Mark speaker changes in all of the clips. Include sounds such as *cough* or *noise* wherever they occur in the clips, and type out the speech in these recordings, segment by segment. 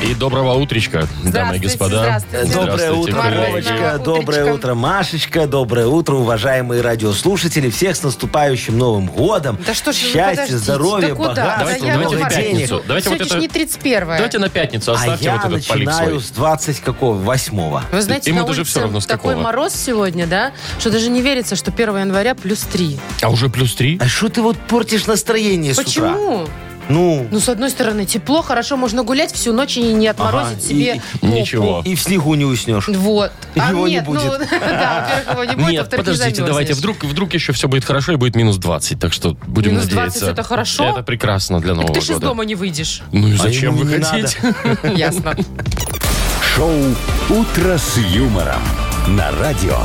Speaker 1: И доброго утречка, дамы и господа.
Speaker 2: здравствуйте.
Speaker 3: Доброе
Speaker 1: Здравствуйте,
Speaker 3: утро,
Speaker 1: коллеги.
Speaker 3: Вовочка.
Speaker 2: Доброе
Speaker 3: Доброе
Speaker 2: утречко.
Speaker 3: утро, Машечка. Доброе утро, уважаемые радиослушатели. Всех с наступающим Новым годом.
Speaker 2: Да что ж вы,
Speaker 3: Счастья,
Speaker 2: подождите,
Speaker 3: здоровья,
Speaker 2: да куда?
Speaker 3: богатства,
Speaker 1: Давайте-
Speaker 2: Да я
Speaker 1: давайте
Speaker 3: много
Speaker 2: в
Speaker 3: денег.
Speaker 2: пятницу.
Speaker 1: денег. Давайте вот
Speaker 2: Сегодня ж
Speaker 1: это-
Speaker 2: не 31
Speaker 1: Давайте на пятницу
Speaker 3: А
Speaker 1: оставьте
Speaker 3: я
Speaker 1: вот этот полик
Speaker 3: начинаю
Speaker 1: свой.
Speaker 3: с 20 какого? Восьмого.
Speaker 2: Вы знаете,
Speaker 1: Ему
Speaker 2: на
Speaker 1: даже
Speaker 2: улице
Speaker 1: всё равно, с
Speaker 2: такой
Speaker 1: какого.
Speaker 2: мороз сегодня, да, что даже не верится, что 1 января плюс 3.
Speaker 1: А уже плюс три?
Speaker 3: А что ты вот портишь настроение с утра?
Speaker 2: Почему?
Speaker 3: Ну,
Speaker 2: Ну, с одной стороны, тепло, хорошо, можно гулять всю ночь и не отморозить
Speaker 3: Ага,
Speaker 2: себе
Speaker 3: и-
Speaker 2: попу.
Speaker 1: Ничего.
Speaker 3: и в снегу не уснешь. Ну,
Speaker 2: Вот. А
Speaker 3: Его не
Speaker 2: нет, ну,
Speaker 3: будет.
Speaker 2: *laughs* да, во-первых, его не будет,
Speaker 1: Нет,
Speaker 2: во-вторых, не
Speaker 1: подождите, давайте,
Speaker 2: замерзнешь.
Speaker 1: вдруг, вдруг еще все будет хорошо и будет минус 20, так что будем
Speaker 2: Минус 20
Speaker 1: надеяться.
Speaker 2: это хорошо?
Speaker 1: Это прекрасно для Нового
Speaker 2: Так ты же из
Speaker 1: года.
Speaker 2: дома
Speaker 1: *laughs*
Speaker 2: не выйдешь. *laughs*
Speaker 1: Ну и
Speaker 3: А
Speaker 1: зачем
Speaker 3: ему не
Speaker 1: выходить? *laughs*
Speaker 2: Ясно.
Speaker 4: Шоу «Утро с юмором» на радио.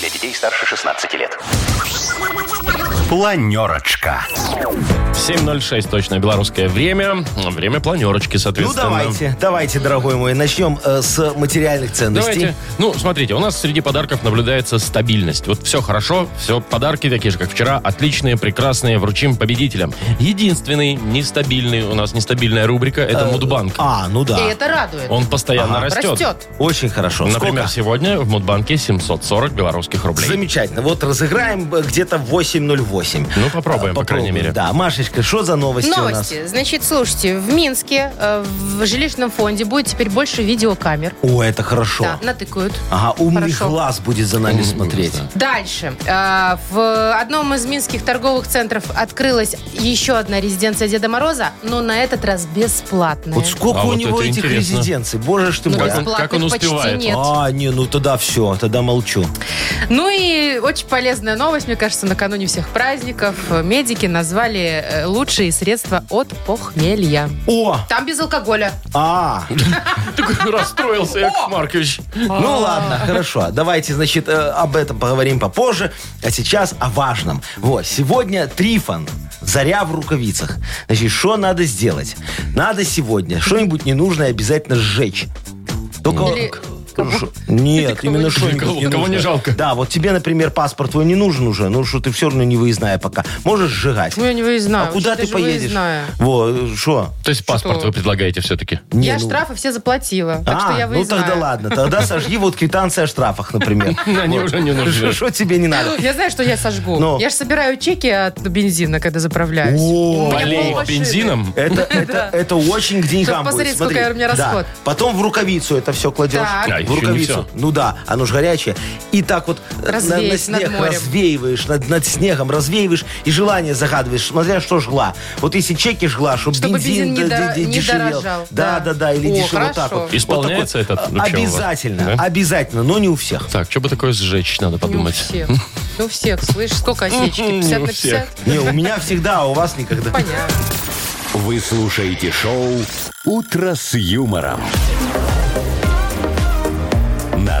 Speaker 4: Для детей старше 16 лет. Планерочка.
Speaker 1: 7.06 точно белорусское время. Время планерочки,
Speaker 3: Ну,
Speaker 1: соответственно.
Speaker 3: давайте, давайте, дорогой мой. Начнем э, с материальных ценностей.
Speaker 1: Давайте. Ну, смотрите, у нас среди подарков наблюдается стабильность. Вот все хорошо, все подарки такие же, как вчера, отличные, прекрасные, вручим победителям. Единственный нестабильный у нас нестабильная рубрика – это Мудбанк.
Speaker 3: А, ну да.
Speaker 2: И это радует.
Speaker 1: Он постоянно растет.
Speaker 2: Растет.
Speaker 3: Очень хорошо.
Speaker 1: Например,
Speaker 3: Сколько?
Speaker 1: сегодня в Мудбанке 740 белорусских рублей.
Speaker 3: Замечательно. Вот разыграем э, где-то в 8.08.
Speaker 1: Ну, попробуем, по
Speaker 3: Попробуем,
Speaker 1: крайней мере.
Speaker 3: Да, Машечка, что за новости,
Speaker 2: Новости. Значит, слушайте, в Минске э, в жилищном фонде будет теперь больше видеокамер.
Speaker 3: у нас? О, это хорошо.
Speaker 2: Да, натыкают.
Speaker 3: Ага, умный
Speaker 2: Хорошо.
Speaker 3: глаз будет за нами смотреть.
Speaker 2: Дальше. Э, В одном из минских торговых центров открылась еще одна резиденция Деда Мороза, но на этот раз бесплатная.
Speaker 3: Вот сколько
Speaker 1: А
Speaker 3: у
Speaker 1: вот
Speaker 3: него
Speaker 1: это
Speaker 3: этих
Speaker 1: интересно.
Speaker 3: резиденций? Боже ж ты
Speaker 2: Ну,
Speaker 3: мой.
Speaker 1: Как он-
Speaker 2: бесплатных
Speaker 1: как он успевает?
Speaker 2: почти нет.
Speaker 3: А, не, ну тогда все, тогда молчу.
Speaker 2: Ну и очень полезная новость, мне кажется, накануне всех праздников. Медики назвали э, лучшие средства от похмелья.
Speaker 3: О,
Speaker 2: Там без алкоголя.
Speaker 3: а,
Speaker 1: *laughs* Такой расстроился, Яков Маркович.
Speaker 2: А.
Speaker 3: ну ладно, хорошо. Давайте, значит, э, об этом поговорим попозже. А сейчас о важном. Вот, сегодня Трифон. Заря в рукавицах. Значит, что надо сделать? Надо сегодня что-нибудь ненужное обязательно сжечь. Только...
Speaker 2: Или-
Speaker 3: Ш- Нет,
Speaker 2: кого
Speaker 3: именно
Speaker 2: не-
Speaker 3: что
Speaker 1: Кого- кого не жалко.
Speaker 3: Да, вот тебе, например, паспорт твой не нужен уже, ну что ты все равно не выездная пока. Можешь сжигать.
Speaker 2: Ну, я не
Speaker 3: А
Speaker 2: выездная.
Speaker 3: куда
Speaker 2: Вообще,
Speaker 3: ты
Speaker 2: же
Speaker 3: поедешь?
Speaker 2: выездная.
Speaker 3: Во, что?
Speaker 1: То есть паспорт
Speaker 2: Что?
Speaker 1: вы предлагаете все-таки?
Speaker 3: Не,
Speaker 2: я
Speaker 3: ну-
Speaker 2: штрафы все заплатила, так
Speaker 3: а,
Speaker 2: что я
Speaker 3: ну
Speaker 2: выездная.
Speaker 3: тогда ладно, тогда сожги вот квитанции о
Speaker 2: *laughs*
Speaker 3: штрафах, например.
Speaker 1: Они уже не нужны.
Speaker 3: Что тебе не надо?
Speaker 2: Я знаю, что я сожгу.
Speaker 3: Ну.
Speaker 2: Я же собираю чеки от бензина, когда заправляюсь. У
Speaker 3: О,
Speaker 2: меня
Speaker 1: Болей
Speaker 2: полмашины.
Speaker 1: бензином?
Speaker 2: *laughs*
Speaker 3: Это, это, это очень к деньгам
Speaker 2: Чтоб посмотреть,
Speaker 3: будет. Смотри,
Speaker 2: сколько у меня
Speaker 3: да.
Speaker 2: расход.
Speaker 3: Потом в рукавицу это все кладешь.
Speaker 2: Так.
Speaker 1: А,
Speaker 3: в
Speaker 1: еще не
Speaker 3: рукавицу.
Speaker 1: все.
Speaker 3: Ну да, оно же горячее. И так вот э, на- на,
Speaker 2: Развеять над
Speaker 3: снег
Speaker 2: морем.
Speaker 3: развеиваешь, над, над снегом развеиваешь и желание загадываешь, смотря что жгла. Вот если чеки жгла, чтобы,
Speaker 2: Чтобы бензин
Speaker 3: бензин,
Speaker 2: не
Speaker 3: да-
Speaker 2: дор-
Speaker 3: де-
Speaker 2: не
Speaker 3: дешевел.
Speaker 2: дорожал. Да.
Speaker 3: Да, да, да,
Speaker 2: О,
Speaker 3: или дешевел вот так
Speaker 2: хорошо.
Speaker 3: вот.
Speaker 1: Исполняется
Speaker 3: Вот такой.
Speaker 1: этот, вообще, у вас?
Speaker 3: Обязательно,
Speaker 1: Да?
Speaker 3: обязательно, но не у всех.
Speaker 1: Так, что бы такое сжечь, надо
Speaker 2: Не у
Speaker 1: подумать.
Speaker 2: всех. Ну, у всех, слышь, сколько *laughs* осечки?
Speaker 1: Не у
Speaker 2: 50 на
Speaker 1: всех.
Speaker 2: 50?
Speaker 3: Не, у меня всегда, а у вас никогда.
Speaker 2: Понятно.
Speaker 4: Вы слушаете шоу «Утро с юмором». На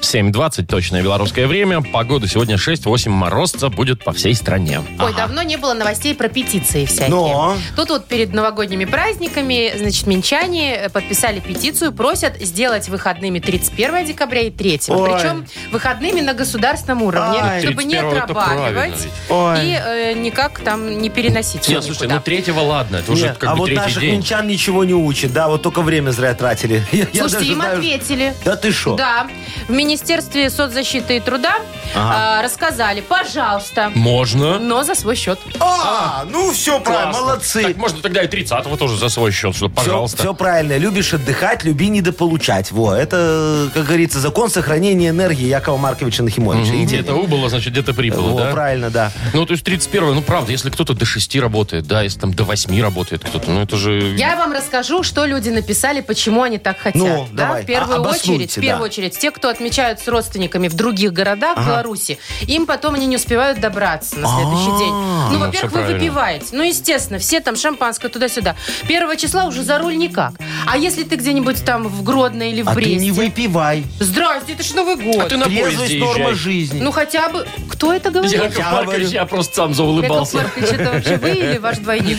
Speaker 1: 7.20 точное белорусское время. Погода сегодня 6-8 морозца будет по всей стране.
Speaker 2: Ой, давно не было новостей про петиции всякие.
Speaker 3: Но.
Speaker 2: Тут вот перед новогодними праздниками, значит, минчане э, подписали петицию, просят сделать выходными 31 декабря и 3.
Speaker 3: Ой.
Speaker 2: Причем выходными на государственном уровне,
Speaker 3: Ай.
Speaker 2: чтобы не
Speaker 1: 31-го это
Speaker 2: отрабатывать
Speaker 3: правильно ведь.
Speaker 2: и э, никак там не переносить. всё
Speaker 1: Нет, слушай, ну
Speaker 2: никуда.
Speaker 1: третьего ладно, это уже
Speaker 3: Не,
Speaker 1: как
Speaker 3: а
Speaker 1: бы
Speaker 3: вот
Speaker 1: третий
Speaker 3: наших
Speaker 1: день.
Speaker 3: минчан ничего не учат, да, вот только время зря тратили. *laughs* Я- я
Speaker 2: Слушайте,
Speaker 3: даже
Speaker 2: им
Speaker 3: знаю-
Speaker 2: ответили.
Speaker 3: Да ты что?
Speaker 2: Да, в Министерстве соцзащиты и труда
Speaker 3: Ага.
Speaker 2: э, рассказали, пожалуйста,
Speaker 1: Можно.
Speaker 2: но за свой счет.
Speaker 3: А, ну все правильно,
Speaker 1: Классно.
Speaker 3: молодцы.
Speaker 1: Так можно тогда и 30-го тоже за свой счет, что
Speaker 3: Все-
Speaker 1: пожалуйста.
Speaker 3: Все, правильно. Любишь отдыхать, люби недополучать. Во, это, как говорится, закон сохранения энергии Якова Марковича Нахимовича.
Speaker 1: Мгм.
Speaker 3: Идея.
Speaker 1: Где-то убыло, значит, где-то прибыло,
Speaker 3: Во,
Speaker 1: да?
Speaker 3: правильно, да.
Speaker 1: Ну, то есть 31 ну, правда, если кто-то до 6 работает, да, если там до 8 работает кто-то, ну, это же...
Speaker 2: Я вам расскажу, что люди написали, почему они так хотят.
Speaker 3: Ну,
Speaker 2: да?
Speaker 3: давай,
Speaker 2: В первую
Speaker 3: а- обоснуйте,
Speaker 2: очередь, в первую
Speaker 3: да.
Speaker 2: очередь, те, кто уезжают с родственниками в других городах Беларуси, им потом они не успевают добраться на
Speaker 3: А,
Speaker 2: следующий день. Ну, во-первых, вы
Speaker 1: правильно.
Speaker 2: выпиваете. Ну, естественно, все там шампанское туда-сюда. Первого числа уже за руль никак. А если ты где-нибудь там в Гродно или в
Speaker 3: А ты
Speaker 2: Бресте?
Speaker 3: не выпивай.
Speaker 2: Здрасте, это ж Новый год.
Speaker 1: А ты на поезде
Speaker 3: Трезвость норма
Speaker 1: езжай.
Speaker 3: жизни.
Speaker 2: Ну, хотя бы... Кто это говорит?
Speaker 1: Яков
Speaker 3: Я
Speaker 1: Маркович,
Speaker 3: говорю.
Speaker 1: я просто сам
Speaker 2: Яков
Speaker 1: заулыбался.
Speaker 2: Маркович, это вообще вы или ваш двойник?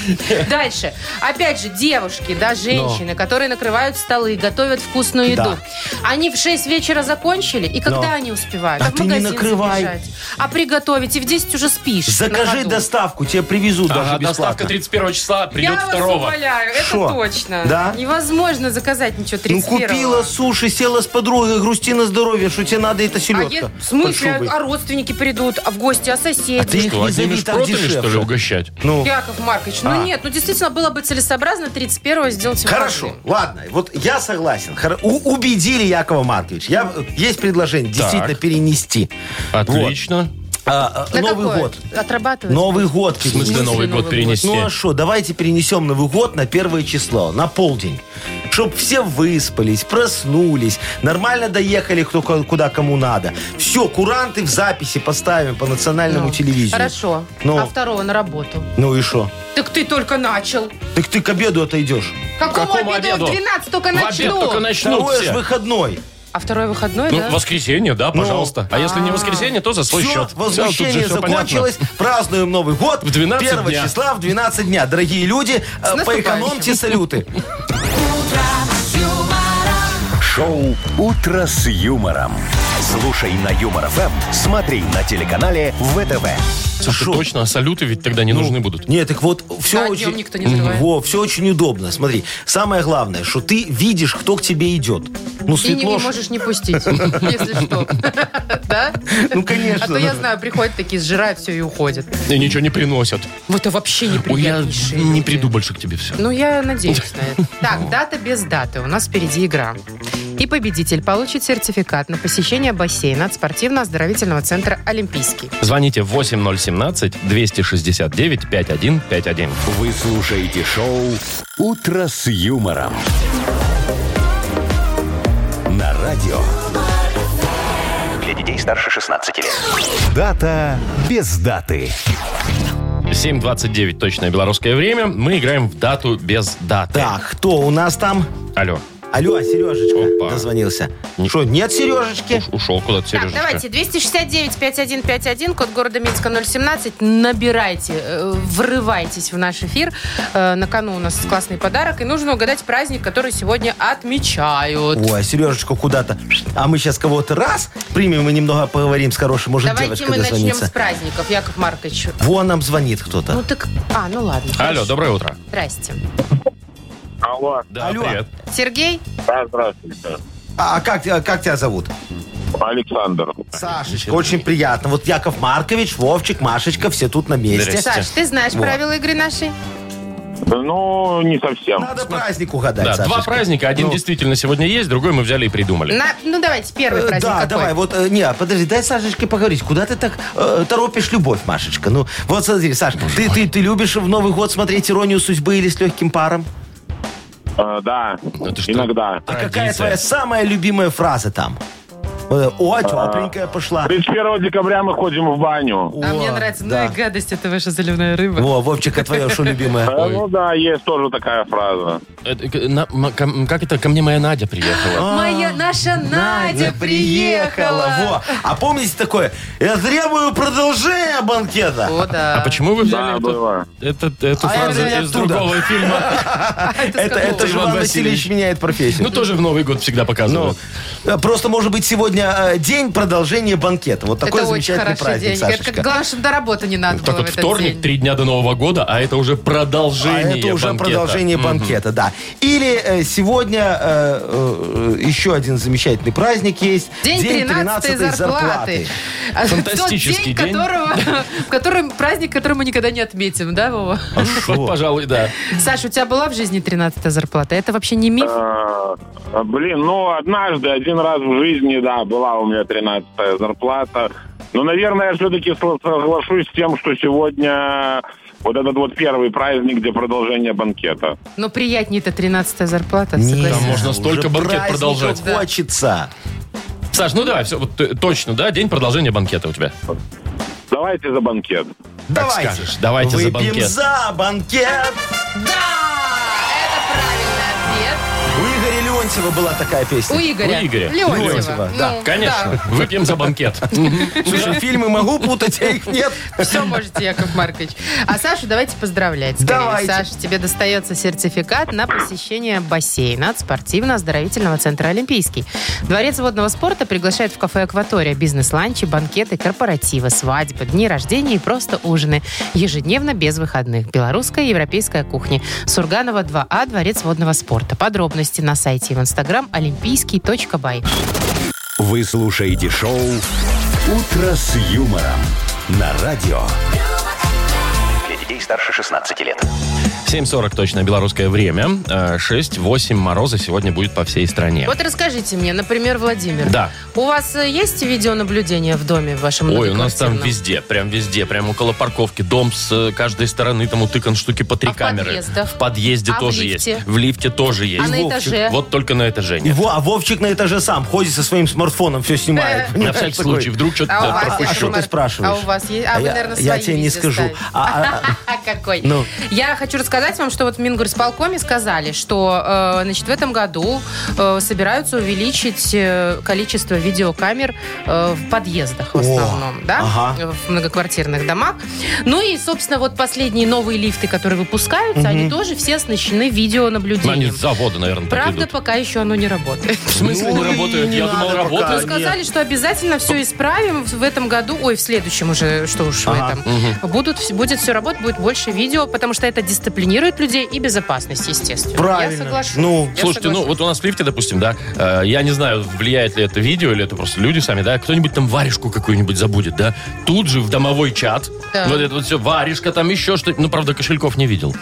Speaker 2: Дальше. Опять же, девушки, да, женщины, которые накрывают столы и готовят вкусную еду.
Speaker 3: Да.
Speaker 2: Они в 6 вечера закончили, и когда
Speaker 3: Но.
Speaker 2: они успевают?
Speaker 3: А
Speaker 2: Как в
Speaker 3: ты не
Speaker 2: магазин
Speaker 3: накрывай.
Speaker 2: забежать, А приготовить, и в 10 уже спишь. на
Speaker 3: Закажи
Speaker 2: ходу.
Speaker 3: доставку, тебе привезут
Speaker 1: Ага,
Speaker 3: даже
Speaker 1: доставка
Speaker 3: бесплатно.
Speaker 1: 31 числа, придет
Speaker 2: Я вас
Speaker 1: 2
Speaker 2: умоляю, это
Speaker 3: Шо?
Speaker 2: точно.
Speaker 3: Да?
Speaker 2: Невозможно заказать ничего
Speaker 3: Ну,
Speaker 2: 31
Speaker 3: купила суши, села с подругой, грусти на здоровье, что тебе надо это
Speaker 2: а
Speaker 3: селедка
Speaker 2: е- в
Speaker 3: под
Speaker 2: смысле,
Speaker 3: шубой.
Speaker 2: а родственники придут, а в гости, а соседи.
Speaker 3: А ты их
Speaker 1: Что,
Speaker 3: не
Speaker 1: одними
Speaker 3: зови, там
Speaker 1: шпротами, что ли,
Speaker 3: дешевше.
Speaker 1: угощать?
Speaker 3: Ну,
Speaker 2: Яков Маркович, ну
Speaker 3: А.
Speaker 2: нет, ну действительно было бы целесообразно 31-го сделать
Speaker 3: хорошо,
Speaker 2: выходным.
Speaker 3: ладно, вот я согласен. Хоро- у- убедили Якова Марковича. Я, э, есть предложение действительно перенести.
Speaker 1: Отлично.
Speaker 3: А, э,
Speaker 2: На
Speaker 3: Новый
Speaker 2: какое?
Speaker 3: год.
Speaker 2: Отрабатывать?
Speaker 3: Новый год.
Speaker 1: В смысле
Speaker 3: перенести.
Speaker 1: Новый
Speaker 2: Новый
Speaker 1: год
Speaker 2: год?
Speaker 1: перенести?
Speaker 3: Ну а что, давайте перенесем Новый год на первое число, на полдень. Чтоб все выспались, проснулись, нормально доехали кто ко- куда кому надо. Все, куранты в записи поставим по национальному
Speaker 2: Ну,
Speaker 3: телевизору.
Speaker 2: Хорошо.
Speaker 3: Ну.
Speaker 2: А второго на работу.
Speaker 3: Ну и что?
Speaker 2: Так ты только начал.
Speaker 3: Так ты к обеду отойдешь.
Speaker 2: Какому,
Speaker 1: Какому
Speaker 2: обеду?
Speaker 1: обеду?
Speaker 2: В 12 только
Speaker 1: В
Speaker 2: начну.
Speaker 1: обед только начнут
Speaker 3: Второе Ну, ж
Speaker 1: все.
Speaker 3: выходной.
Speaker 2: А второй выходной,
Speaker 1: Ну,
Speaker 2: да?
Speaker 1: воскресенье, да, пожалуйста. А если не воскресенье, то за свой
Speaker 3: Всё,
Speaker 1: счет.
Speaker 3: возмущение
Speaker 1: всё понятно.
Speaker 3: закончилось. Празднуем Новый год.
Speaker 1: В 12
Speaker 3: 1
Speaker 1: дня.
Speaker 3: числа в 12 дня. Дорогие люди, э,
Speaker 2: наступающим.
Speaker 3: поэкономьте салюты.
Speaker 4: Шоу «Утро с юмором». Слушай на Юмор ФМ, смотри на телеканале ВТВ.
Speaker 1: Слушай, точно, а салюты ведь тогда не
Speaker 3: Ну.
Speaker 1: нужны будут.
Speaker 3: Нет, так вот, все
Speaker 2: Да, днем
Speaker 3: очень...
Speaker 2: никто не взрывает.
Speaker 3: Во, все очень удобно. Смотри, самое главное, что ты видишь, кто к тебе идет. Ну,
Speaker 2: И не, не
Speaker 3: светло... ж-
Speaker 2: можешь не пустить,
Speaker 1: *laughs*
Speaker 2: если что. Да?
Speaker 3: Ну, конечно.
Speaker 2: А то я знаю, приходят такие, сжирают все и уходят.
Speaker 1: И ничего не приносят.
Speaker 2: Вот это вообще
Speaker 1: Ой, я
Speaker 2: неприятнейшие
Speaker 1: не
Speaker 2: люди.
Speaker 1: приду больше к тебе все.
Speaker 2: Ну, я надеюсь на это.
Speaker 1: *laughs*
Speaker 2: Так, дата без даты. У нас впереди игра. И победитель получит сертификат на посещение бассейна от спортивно-оздоровительного центра «Олимпийский».
Speaker 1: Звоните 8017-269-5151.
Speaker 4: Вы слушаете шоу «Утро с юмором». На радио. Для детей старше 16 лет. Дата без даты.
Speaker 1: 7.29 точное белорусское время. Мы играем в дату без даты.
Speaker 3: Так, кто у нас там?
Speaker 1: Алло.
Speaker 3: Алло, Сережечка
Speaker 1: Опа.
Speaker 3: дозвонился. Что, нет Сережечки?
Speaker 1: Уш- ушел куда-то,
Speaker 2: Так,
Speaker 1: Сережечка.
Speaker 2: давайте, 269-5151, код города Минска 017. Набирайте, э, врывайтесь в наш эфир. Э, на кону у нас классный подарок. И нужно угадать праздник, который сегодня отмечают.
Speaker 3: Ой, Сережечка куда-то. А мы сейчас кого-то раз примем и немного поговорим с хорошей, может,
Speaker 2: Давайте
Speaker 3: девочка
Speaker 2: мы начнем
Speaker 3: дозвонится.
Speaker 2: с праздников, Яков Маркович.
Speaker 3: Во, нам звонит кто-то.
Speaker 2: Ну так, а, ну ладно.
Speaker 1: Алло,
Speaker 2: хорошо.
Speaker 1: доброе утро.
Speaker 2: Здрасте.
Speaker 5: Алло.
Speaker 1: Да,
Speaker 3: Алло.
Speaker 1: привет.
Speaker 2: Сергей?
Speaker 5: Да, здравствуйте.
Speaker 3: А, а как, а как тебя зовут?
Speaker 5: Александр.
Speaker 3: Сашечка, очень приятно. Вот Яков Маркович, Вовчик, Машечка, все тут на месте.
Speaker 1: Здрасте.
Speaker 2: Саш, ты знаешь
Speaker 3: Во.
Speaker 2: правила игры нашей?
Speaker 5: Ну, не совсем.
Speaker 3: Надо праздник угадать,
Speaker 1: Да, два
Speaker 3: Э, Сашечка.
Speaker 1: праздника. Один
Speaker 3: Ну.
Speaker 1: действительно сегодня есть, другой мы взяли и придумали.
Speaker 2: На- ну давайте, первый
Speaker 3: Э,
Speaker 2: праздник
Speaker 3: Да,
Speaker 2: какой?
Speaker 3: давай, вот, э, не, подожди, дай Сашечке поговорить. Куда ты так э, торопишь любовь, Машечка? Ну, вот смотри, Саш, ты, ты, ты любишь в Новый год смотреть «Иронию судьбы» или «С легким паром»?
Speaker 5: Э, да,
Speaker 1: Это что?
Speaker 5: иногда.
Speaker 3: А какая
Speaker 1: Традиция.
Speaker 3: твоя самая любимая фраза там? Э, О, тепленькая пошла.
Speaker 5: 31 декабря мы ходим в баню.
Speaker 2: А
Speaker 3: О,
Speaker 2: мне нравится,
Speaker 3: да.
Speaker 2: ну и гадость, это ваша заливная рыба.
Speaker 3: Во, Вовчик, а твоя что
Speaker 5: *laughs*
Speaker 3: любимая?
Speaker 5: Э, Ну да, есть тоже такая фраза.
Speaker 1: Это, Э, к- на- м- ко- как это? Ко мне моя Надя приехала.
Speaker 2: Моя наша Надя приехала.
Speaker 3: Во. А помните такое? Я требую продолжения банкета.
Speaker 2: О, да.
Speaker 1: А почему вы
Speaker 5: Да,
Speaker 1: взяли эту-
Speaker 5: было.
Speaker 1: эту, эту
Speaker 3: А я
Speaker 1: фразу
Speaker 3: взял
Speaker 1: из
Speaker 3: оттуда.
Speaker 1: другого фильма?
Speaker 3: *laughs*
Speaker 2: это,
Speaker 3: Это, это
Speaker 1: Иван
Speaker 3: же Иван
Speaker 1: Васильевич.
Speaker 3: Васильевич меняет профессию.
Speaker 1: Ну, тоже в Новый год всегда показывают.
Speaker 3: Э, Просто, может быть, сегодня э, день продолжения банкета. Вот такой
Speaker 2: это очень
Speaker 3: замечательный
Speaker 2: хороший
Speaker 3: праздник,
Speaker 2: день. Это как-
Speaker 3: Сашечка.
Speaker 2: главное, чтобы до работы не
Speaker 3: Ну,
Speaker 2: надо
Speaker 1: Так
Speaker 2: было
Speaker 1: вот,
Speaker 2: в этот
Speaker 1: вторник,
Speaker 2: день.
Speaker 1: три дня до Нового года, а это уже
Speaker 3: А
Speaker 1: продолжение
Speaker 3: это уже
Speaker 1: банкета. *laughs*
Speaker 3: продолжение банкета, да. Или э, сегодня э, э, еще один замечательный праздник есть.
Speaker 2: День, 13
Speaker 3: 13-й
Speaker 2: зарплаты. А,
Speaker 1: Фантастический
Speaker 2: *laughs* Тот
Speaker 1: день. *laughs*
Speaker 2: день, которого, в котором праздник, который мы никогда не отметим, да, Вова?
Speaker 1: Вот, пожалуй, да.
Speaker 2: Саша, у тебя была в жизни 13 зарплата? Это вообще не миф?
Speaker 5: Э, Блин, ну, однажды, один раз в жизни, да, была у меня 13 зарплата. Но, наверное, я все-таки сл- соглашусь с тем, что сегодня вот этот вот первый праздник, где продолжение банкета.
Speaker 2: Но приятнее это 13 зарплата,
Speaker 3: Не,
Speaker 2: согласен.
Speaker 1: Там можно
Speaker 3: уже
Speaker 1: столько банкет
Speaker 3: праздников
Speaker 1: продолжать.
Speaker 3: Хочется.
Speaker 1: Саш, ну давай, все, вот, э, точно, да, день продолжения банкета у тебя.
Speaker 5: Давайте за банкет.
Speaker 3: Давайте.
Speaker 1: скажешь. Давайте за
Speaker 3: Выпьем
Speaker 1: банкет.
Speaker 3: за банкет.
Speaker 2: Да! Это правильный ответ.
Speaker 3: У Игоря Леонтьева была такая песня.
Speaker 2: У Игоря.
Speaker 1: У Игоря.
Speaker 2: Леонтьева.
Speaker 3: Леонтьева, да.
Speaker 2: Ну,
Speaker 1: Конечно, выпьем за
Speaker 3: *laughs*
Speaker 1: банкет.
Speaker 3: Слушай, фильмы могу путать, а их нет.
Speaker 2: Все можете, Яков Маркович. А Сашу давайте поздравлять. скорее.
Speaker 3: Давайте.
Speaker 2: Саша, тебе достается сертификат на посещение бассейна от спортивно-оздоровительного центра «Олимпийский». Дворец водного спорта приглашает в кафе «Акватория» бизнес-ланчи, банкеты, корпоративы, свадьбы, дни рождения и просто ужины. Ежедневно без выходных. Белорусская и европейская кухни. Сурганова 2А, Дворец водного спорта. Подробности на сайте и в инстаграм олимпийский.бай.
Speaker 4: Вы слушаете шоу «Утро с юмором» на радио.
Speaker 6: Для детей старше 16 лет.
Speaker 1: 7.40 точно белорусское время. Э, 6-8 мороза сегодня будет по всей стране.
Speaker 2: Вот расскажите мне, например, Владимир.
Speaker 1: Да.
Speaker 2: У вас э, есть видеонаблюдение в доме в вашем
Speaker 1: Ой, у нас там
Speaker 2: многоквартирном?
Speaker 1: везде, прям везде, прям около парковки. Дом с э, каждой стороны, там утыкан штуки по три
Speaker 2: А в
Speaker 1: камеры.
Speaker 2: подъездах?
Speaker 1: В подъезде
Speaker 2: А в
Speaker 1: тоже
Speaker 2: лифте?
Speaker 1: есть. В лифте тоже есть.
Speaker 2: А на
Speaker 1: Вовчик.
Speaker 2: этаже? *laughs*
Speaker 1: Вот только на этаже
Speaker 3: И
Speaker 1: нет.
Speaker 3: Во, а Вовчик на этаже сам ходит со своим смартфоном, все снимает.
Speaker 1: На
Speaker 3: Понимаешь,
Speaker 1: всякий
Speaker 3: такой.
Speaker 1: случай, вдруг что-то
Speaker 2: А у вас
Speaker 3: А
Speaker 2: есть
Speaker 1: пропущу. Ну,
Speaker 3: что
Speaker 2: шумар?
Speaker 3: ты спрашиваешь?
Speaker 2: А у вас есть? А вы,
Speaker 3: я-
Speaker 2: наверное,
Speaker 3: Я
Speaker 2: свои
Speaker 3: тебе не
Speaker 2: везде
Speaker 3: скажу.
Speaker 2: ставите.
Speaker 3: А- а-
Speaker 2: А какой?
Speaker 3: Ну.
Speaker 2: Я хочу рассказать вам, что вот в Мингорсполкоме сказали, что э, значит, в этом году э, собираются увеличить э, количество видеокамер э, в подъездах в
Speaker 3: О,
Speaker 2: основном, да,
Speaker 3: ага.
Speaker 2: в многоквартирных домах. Ну и, собственно, вот последние новые лифты, которые выпускаются, они тоже все оснащены
Speaker 1: Ну, Они
Speaker 2: видеонаблюдением.
Speaker 1: с завода, наверное, так
Speaker 2: Правда,
Speaker 1: идут.
Speaker 2: пока еще оно не работает.
Speaker 1: В смысле не
Speaker 3: Ну, и
Speaker 1: работают?
Speaker 3: не
Speaker 1: Я думал,
Speaker 3: надо пока.
Speaker 2: Ну,
Speaker 1: работают.
Speaker 2: сказали, что обязательно все исправим в этом году. Ой, в следующем уже, что уж в
Speaker 3: Ага,
Speaker 2: этом. Будут, вс- будет все работать, будет больше видео, потому что это дисциплинирует людей и безопасность, естественно. Я
Speaker 3: Правильно.
Speaker 2: соглашусь.
Speaker 3: Ну,
Speaker 2: Я
Speaker 1: Слушайте, ну
Speaker 2: соглашусь.
Speaker 1: вот у нас в лифте, допустим, да, э, я не знаю, влияет ли это видео, или это просто люди сами, да, кто-нибудь там варежку какую-нибудь забудет, да, тут же в домовой чат,
Speaker 2: Да.
Speaker 1: вот это вот все, варежка, там еще что-то, ну, правда, кошельков не видел.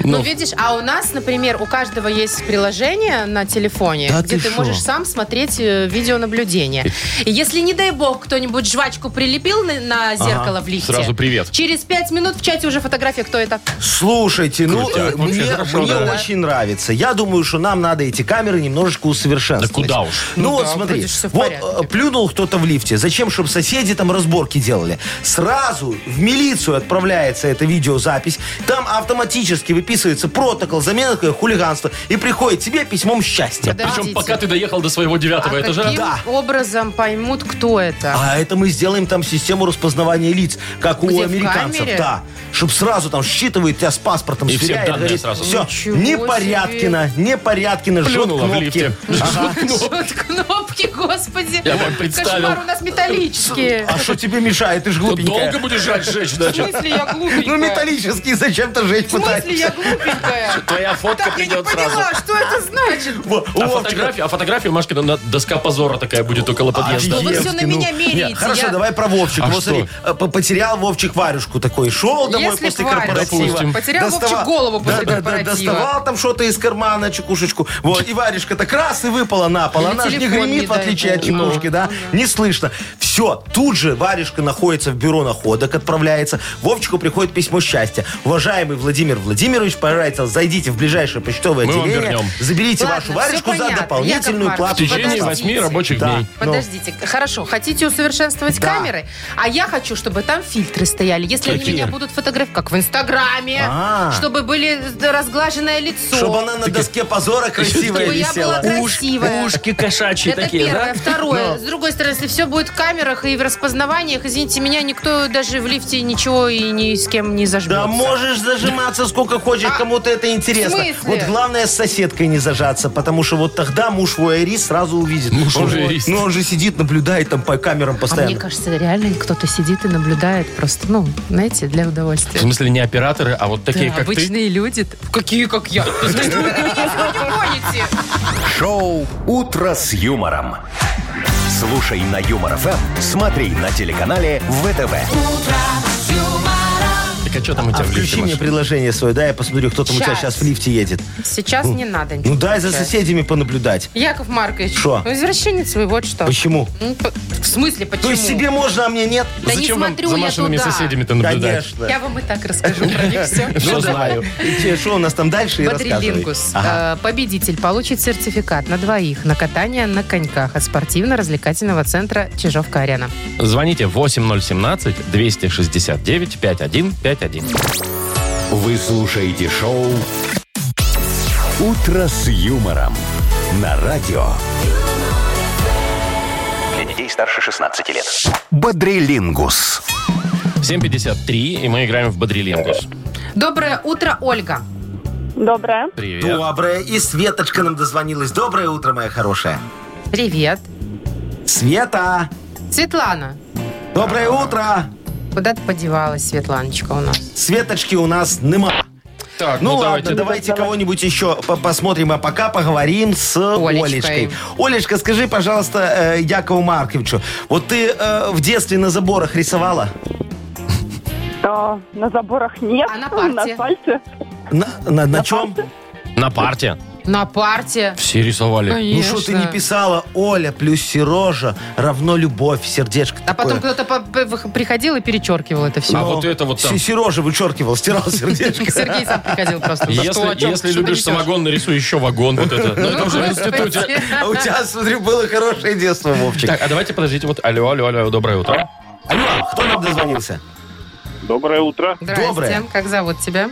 Speaker 2: Ну,
Speaker 1: ну.
Speaker 2: видишь, а у нас, например, у каждого есть приложение на телефоне,
Speaker 3: Да
Speaker 2: где
Speaker 3: ты
Speaker 2: ты,
Speaker 3: шо?
Speaker 2: можешь сам смотреть э, видеонаблюдение. И если, не дай бог, кто-нибудь жвачку прилепил на, на зеркало в лифте,
Speaker 1: Сразу привет.
Speaker 2: через пять минут в чате уже фотография, кто это.
Speaker 3: Слушайте, ну,
Speaker 1: Крутяк.
Speaker 3: э,
Speaker 1: Вообще
Speaker 3: мне,
Speaker 1: хорошо,
Speaker 3: мне
Speaker 1: да.
Speaker 3: очень нравится. Я думаю, что нам надо эти камеры немножечко усовершенствовать.
Speaker 1: Да куда уж.
Speaker 3: Ну,
Speaker 2: Ну
Speaker 3: вот
Speaker 2: да,
Speaker 3: смотри,
Speaker 2: вроде ж всё в
Speaker 3: вот
Speaker 2: порядке.
Speaker 3: э, плюнул кто-то в лифте. Зачем, чтобы соседи там разборки делали? Сразу в милицию отправляется эта видеозапись. Там автоматически выписывается протокол замена хулиганства. И приходит тебе письмом счастья.
Speaker 1: Причем
Speaker 2: Подождите.
Speaker 1: пока ты доехал до своего девятого
Speaker 2: а
Speaker 1: этажа,
Speaker 2: каким
Speaker 3: Да.
Speaker 2: образом поймут, кто это?
Speaker 3: А это мы сделаем там систему распознавания лиц, как у
Speaker 2: Где, в
Speaker 3: американцев.
Speaker 2: камере?
Speaker 3: Да. Чтоб сразу там считывает тебя с паспортом,
Speaker 1: И все
Speaker 3: сверяет,
Speaker 1: данные
Speaker 3: говорит,
Speaker 1: сразу.
Speaker 3: все,
Speaker 2: Ничего
Speaker 3: непорядкина, непорядкина, жжет
Speaker 1: плюнула в
Speaker 3: кнопки.
Speaker 1: лифте. *laughs* Ну,
Speaker 3: Ну.
Speaker 2: Жжет *laughs* кнопки, господи.
Speaker 1: Я прям представил.
Speaker 2: Кошмар у нас металлические.
Speaker 3: А что тебе мешает? Ты ж
Speaker 1: Тут
Speaker 3: глупенькая.
Speaker 1: ну, долго будешь жать жечь,
Speaker 2: В
Speaker 1: значит.
Speaker 2: смысле я глупенькая?
Speaker 3: а Ну, металлические зачем-то жечь
Speaker 2: В смысле я
Speaker 3: пытаешься.
Speaker 2: глупенькая?
Speaker 1: Твоя фотка
Speaker 2: Так я не
Speaker 1: придет сразу.
Speaker 2: поняла, что это значит?
Speaker 3: Во,
Speaker 1: А
Speaker 3: Вовчик,
Speaker 1: фотография, а фотография, Машкина, на- доска позора такая будет около подъезда.
Speaker 2: что А, вы все на
Speaker 3: Девки, ну,
Speaker 2: меня меряете?
Speaker 3: Хорошо,
Speaker 2: Я-
Speaker 3: давай про Вовчика.
Speaker 1: А
Speaker 3: вот
Speaker 1: что?
Speaker 3: смотри, э, по- потерял Вовчик варежку такой, шел домой
Speaker 2: Если
Speaker 3: после
Speaker 2: б Варя
Speaker 3: корпоратива.
Speaker 1: Допустим.
Speaker 2: Потерял Вовчик
Speaker 3: Достава-
Speaker 2: голову после
Speaker 3: Да-да-да,
Speaker 2: корпоратива.
Speaker 3: доставал там что-то из кармана, чекушечку. Вот, и варежка-то раз и выпала на пол.
Speaker 2: Или
Speaker 3: Она же не
Speaker 2: телефон, не
Speaker 3: гремит, в
Speaker 2: дай
Speaker 3: отличие от
Speaker 2: бог. Ну,
Speaker 3: чекушки, да? Не слышно. Все, тут же варежка находится в бюро находок, отправляется. Вовчику приходит письмо счастья. Уважаемый Владимир Владимирович, пожалуйста, зайдите в ближайшее почтовое
Speaker 1: Мы вам
Speaker 3: отделение,
Speaker 1: вернем.
Speaker 3: заберите
Speaker 2: Ладно,
Speaker 3: вашу
Speaker 2: всё
Speaker 3: варежку за
Speaker 2: понятно.
Speaker 3: дополнительную
Speaker 1: В
Speaker 2: Яков Маркович,
Speaker 3: плату.
Speaker 1: течение
Speaker 2: Подождите.
Speaker 1: восьми рабочих
Speaker 3: Да.
Speaker 1: дней.
Speaker 2: Подождите, хорошо, хотите усовершенствовать
Speaker 3: Да.
Speaker 2: камеры? А я хочу, чтобы там фильтры стояли. Если они
Speaker 1: Какие?
Speaker 2: меня будут фотографировать, как в Инстаграме,
Speaker 3: А.
Speaker 2: чтобы были разглаженное лицо.
Speaker 3: Чтобы она на доске позора красивая
Speaker 2: Чтобы я была
Speaker 3: висела.
Speaker 2: красивая.
Speaker 1: Ушки кошачьи
Speaker 2: Это
Speaker 1: такие,
Speaker 2: первое.
Speaker 1: да?
Speaker 2: Второе. С другой стороны, если все будет в камерах и в распознаваниях, извините меня, никто даже в лифте ничего и ни с кем не зажмется.
Speaker 3: Да можешь зажиматься сколько хочешь, кому-то это интересно.
Speaker 2: А, в смысле?
Speaker 3: Вот главное с соседкой не зажаться, потому что вот тогда муж вуэрист сразу увидит.
Speaker 1: Муж
Speaker 3: Он-
Speaker 1: вуэрист.
Speaker 3: Ну он же сидит, наблюдает там по камерам
Speaker 2: А мне
Speaker 3: постоянно.
Speaker 2: кажется, реально кто-то сидит и наблюдает просто, ну, знаете, для
Speaker 1: В
Speaker 2: удовольствия.
Speaker 1: смысле, не операторы, а вот такие,
Speaker 2: Да,
Speaker 1: как ты.
Speaker 2: обычные люди. Какие, как я? *laughs* Вы меня сегодня гоните.
Speaker 4: Шоу «Утро с юмором». Слушай на Юмор ФМ, смотри на телеканале ВТВ.
Speaker 1: Так а что там у тебя
Speaker 3: А
Speaker 1: в лифте,
Speaker 3: включи мне
Speaker 1: Маша?
Speaker 3: приложение свое, да, я посмотрю, кто там у тебя
Speaker 2: Щас.
Speaker 3: сейчас в лифте едет.
Speaker 2: Сейчас не надо. ничего
Speaker 3: Ну дай за
Speaker 2: включать.
Speaker 3: соседями понаблюдать.
Speaker 2: Яков Маркович.
Speaker 3: Шо?
Speaker 2: ну, Извращенец вы, вот что.
Speaker 3: Почему?
Speaker 2: Ну, по- В смысле, почему?
Speaker 3: То есть себе можно, а мне нет?
Speaker 2: Да не
Speaker 1: Зачем вам
Speaker 2: смотрю
Speaker 1: за
Speaker 2: я
Speaker 1: Машиными
Speaker 2: туда.
Speaker 1: соседями-то наблюдать?
Speaker 3: Конечно.
Speaker 2: Я вам и так расскажу про них все.
Speaker 1: Всё
Speaker 3: Ну,
Speaker 1: знаю.
Speaker 3: давай. Че, Что у нас там дальше? и рассказывай. А
Speaker 2: Бодрилингус.
Speaker 3: Ага.
Speaker 2: Э, Победитель получит сертификат на двоих на катание на коньках от спортивно-развлекательного центра Чижовка-Арена.
Speaker 1: Звоните 8017-269-5151.
Speaker 4: Вы слушаете шоу «Утро с юмором» на радио
Speaker 6: Для детей старше 16 лет.
Speaker 4: «Бодрилингус».
Speaker 1: 7.53, и мы играем в Бодрилингус.
Speaker 2: Доброе утро, Ольга.
Speaker 7: Доброе.
Speaker 1: Привет.
Speaker 3: Доброе. И Светочка нам дозвонилась. Доброе утро, моя хорошая.
Speaker 2: Привет.
Speaker 3: Света,
Speaker 2: Светлана.
Speaker 3: доброе утро.
Speaker 2: Куда ты подевалась, Светланочка, у нас?
Speaker 3: Светочки у нас нема.
Speaker 1: Так,
Speaker 3: Ну,
Speaker 1: ну,
Speaker 3: ладно,
Speaker 1: давайте.
Speaker 3: давайте кого-нибудь еще по- посмотрим, а пока поговорим с
Speaker 2: Олечкой.
Speaker 3: Олечкой. Олечка, скажи, пожалуйста, э, Якову Марковичу, вот ты э, в детстве на заборах рисовала?
Speaker 7: А, на заборах нет.
Speaker 2: А на парте?
Speaker 7: асфальте.
Speaker 3: На, на, на чем?
Speaker 1: На парте.
Speaker 2: На парте.
Speaker 1: Все рисовали.
Speaker 3: Ну что ты не писала? Оля плюс Сережа равно любовь, сердечко
Speaker 2: А потом
Speaker 3: такое.
Speaker 2: кто-то по- по- приходил и перечеркивал это все.
Speaker 1: А вот это вот там.
Speaker 3: Се- Сережа вычеркивал, стирал сердечко.
Speaker 2: *laughs* Сергей сам приходил просто. Что, о
Speaker 1: Если,
Speaker 2: чем?
Speaker 1: если
Speaker 2: Что
Speaker 1: любишь
Speaker 2: несешь?
Speaker 1: самогон, нарисуй еще вагон. Вот это. Ну, это
Speaker 2: Ну, *laughs*
Speaker 1: уже в институте.
Speaker 2: господи.
Speaker 3: А у тебя, смотри, было хорошее детство, Вовчик.
Speaker 1: Так, а давайте подождите. Вот алло, алло, алло, доброе утро.
Speaker 3: Алло, кто нам дозвонился?
Speaker 5: Доброе утро,
Speaker 2: Здрасте.
Speaker 3: доброе.
Speaker 2: Как зовут тебя?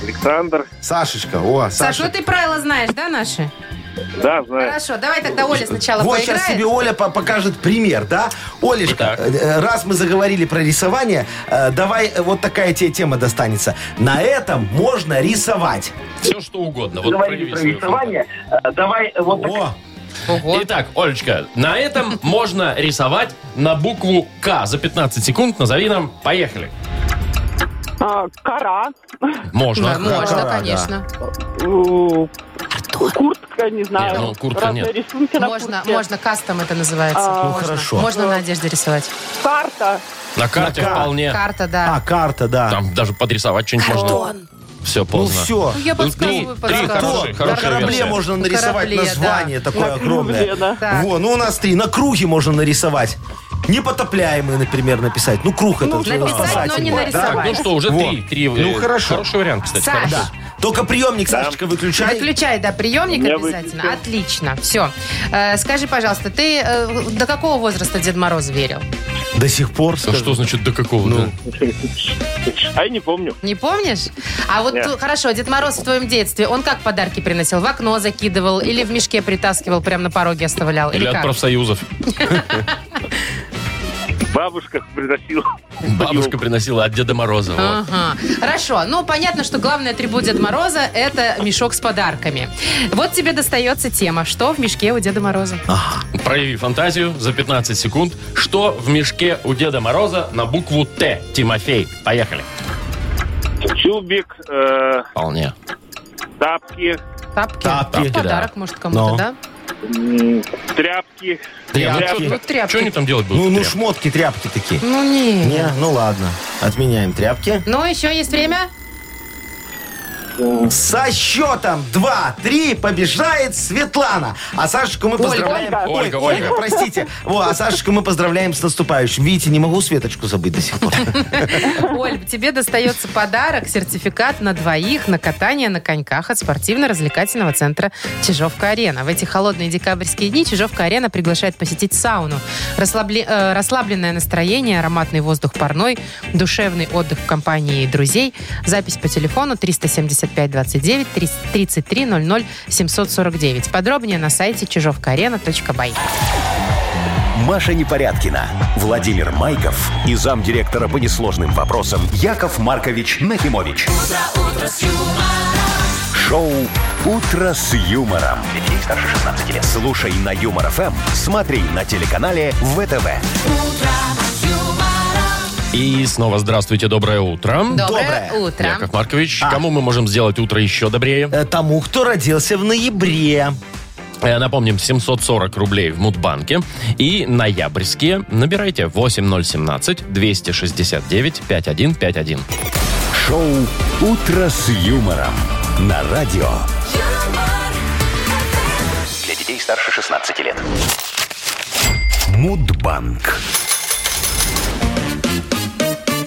Speaker 5: Александр.
Speaker 3: Сашечка, о,
Speaker 2: Саша, ну
Speaker 3: Саша.
Speaker 2: ты правила знаешь, да, наши?
Speaker 5: Да, знаю.
Speaker 2: Хорошо, давай тогда Оля сначала
Speaker 3: Вот
Speaker 2: поиграет.
Speaker 3: сейчас тебе Оля по- покажет пример, да? Олечка,
Speaker 1: Итак.
Speaker 3: э, э, раз мы заговорили про рисование, э, давай э, вот такая тебе тема достанется. На этом можно рисовать.
Speaker 1: Все что угодно. Вот прояви свою фантазию.
Speaker 5: Э, Давай вот
Speaker 3: О,
Speaker 2: Ого.
Speaker 1: Итак, Олечка, на этом *laughs* можно рисовать на букву К. За 15 секунд назови нам. Поехали.
Speaker 7: А, кора.
Speaker 2: Да,
Speaker 1: Можно.
Speaker 2: можно,
Speaker 3: Кора, да.
Speaker 2: конечно.
Speaker 7: У, Куртка, не знаю.
Speaker 1: Не, ну, куртка
Speaker 7: разные
Speaker 1: нет.
Speaker 7: рисунки на
Speaker 2: Можно,
Speaker 7: куртке.
Speaker 2: можно, кастом это называется.
Speaker 3: ну
Speaker 7: А,
Speaker 3: хорошо.
Speaker 2: Можно на одежде рисовать.
Speaker 7: Карта.
Speaker 1: На карте
Speaker 3: На К.
Speaker 1: вполне.
Speaker 2: Карта, да.
Speaker 3: А, карта, да.
Speaker 1: Там даже подрисовать что-нибудь можно. Все,
Speaker 3: ну
Speaker 1: поздно.
Speaker 3: все.
Speaker 2: Ну, я подсказываю,
Speaker 1: три, три,
Speaker 2: подсказываю.
Speaker 1: хорошие,
Speaker 3: на
Speaker 1: хорошая
Speaker 3: корабле
Speaker 1: версия.
Speaker 3: можно нарисовать
Speaker 2: корабле, да.
Speaker 3: название такое
Speaker 7: На
Speaker 3: огромное.
Speaker 7: корабле, да.
Speaker 2: Так.
Speaker 3: Во, ну у нас три. На круге можно нарисовать. Непотопляемый, например, написать. Ну, круг это вот у нас
Speaker 2: написать, но не
Speaker 3: спасательный. Да.
Speaker 2: нарисовать.
Speaker 1: Так, ну что, уже
Speaker 3: Во.
Speaker 1: три. три,
Speaker 3: Ну,
Speaker 1: э,
Speaker 3: хорошо.
Speaker 1: Хороший вариант, кстати.
Speaker 2: Саш.
Speaker 1: хороший.
Speaker 3: Да. Только приемник, Сашечка, выключай.
Speaker 2: Выключай, да, приемник
Speaker 5: Я
Speaker 2: обязательно.
Speaker 5: выключил.
Speaker 2: Отлично. Все. скажи, пожалуйста, ты э, до какого возраста Дед Мороз верил?
Speaker 3: До сих пор.
Speaker 1: А
Speaker 3: скажу.
Speaker 1: что значит до какого?
Speaker 3: Ну,
Speaker 1: да?
Speaker 5: А я не помню.
Speaker 2: Не помнишь? А вот
Speaker 5: Нет.
Speaker 2: э, хорошо, Дед Мороз в твоем детстве, он как подарки приносил? В окно закидывал или в мешке притаскивал, прям на пороге оставлял? Или,
Speaker 1: Или от
Speaker 2: как?
Speaker 1: профсоюзов.
Speaker 5: Бабушка приносила.
Speaker 2: Ну.
Speaker 1: Бабушка приносила от Деда Мороза. вот.
Speaker 2: Ага. Хорошо. Ну, понятно, что главный атрибут Деда Мороза – это мешок с подарками. Вот тебе достается тема «Что в мешке у Деда Мороза?».
Speaker 3: А,
Speaker 1: Прояви фантазию за 15 секунд. Что в мешке у Деда Мороза на букву Т? Тимофей. Поехали.
Speaker 5: Чубик, э,
Speaker 1: Вполне.
Speaker 5: тапки,
Speaker 2: Тапки.
Speaker 3: Тапки,
Speaker 2: Ну, в
Speaker 1: да.
Speaker 2: подарок, может, кому-то,
Speaker 3: Но.
Speaker 2: да?
Speaker 5: м, тряпки.
Speaker 1: Тряпки.
Speaker 2: Ну, тряпки.
Speaker 1: Что они там делать будут?
Speaker 3: Ну, ну
Speaker 1: Тряпки.
Speaker 3: шмотки, тряпки такие.
Speaker 2: Ну, не.
Speaker 3: Не, ну ладно. Отменяем тряпки.
Speaker 2: Ну, еще есть время?
Speaker 3: Со счетом 2-3 побеждает Светлана. А Сашечку мы поздравляем...
Speaker 7: Ольга.
Speaker 3: Ой,
Speaker 1: Ольга, Ольга.
Speaker 3: простите. Во, а Сашечку мы поздравляем с наступающим. Видите, не могу Светочку забыть до сих пор.
Speaker 2: Оль, тебе достается подарок, сертификат на двоих на катание на коньках от спортивно-развлекательного центра «Чижовка-арена». В эти холодные декабрьские дни «Чижовка-арена» приглашает посетить сауну. Расслабли- э, расслабленное настроение, ароматный воздух парной, душевный отдых в компании друзей. Запись по телефону 375-29 33 00 749. Подробнее на сайте чижовкаарена.бай.
Speaker 4: Маша Непорядкина, Владимир Майков и замдиректора по несложным вопросам Яков Маркович Нахимович. Шоу Утро с юмором.
Speaker 6: Для детей старше 16 лет.
Speaker 4: Слушай на юмор ФМ, смотри на телеканале ВТВ.
Speaker 1: И снова здравствуйте, доброе утро.
Speaker 2: Доброе,
Speaker 3: Доброе.
Speaker 2: утро.
Speaker 1: Яков Маркович, кому мы можем сделать утро еще добрее?
Speaker 3: Э, Тому, кто родился в ноябре.
Speaker 1: Э, Напомним, 740 рублей в Мудбанке. И ноябрьские набирайте 8017-269-5151.
Speaker 4: Шоу Утро с юмором на радио.
Speaker 6: Для детей старше 16 лет.
Speaker 4: Мудбанк.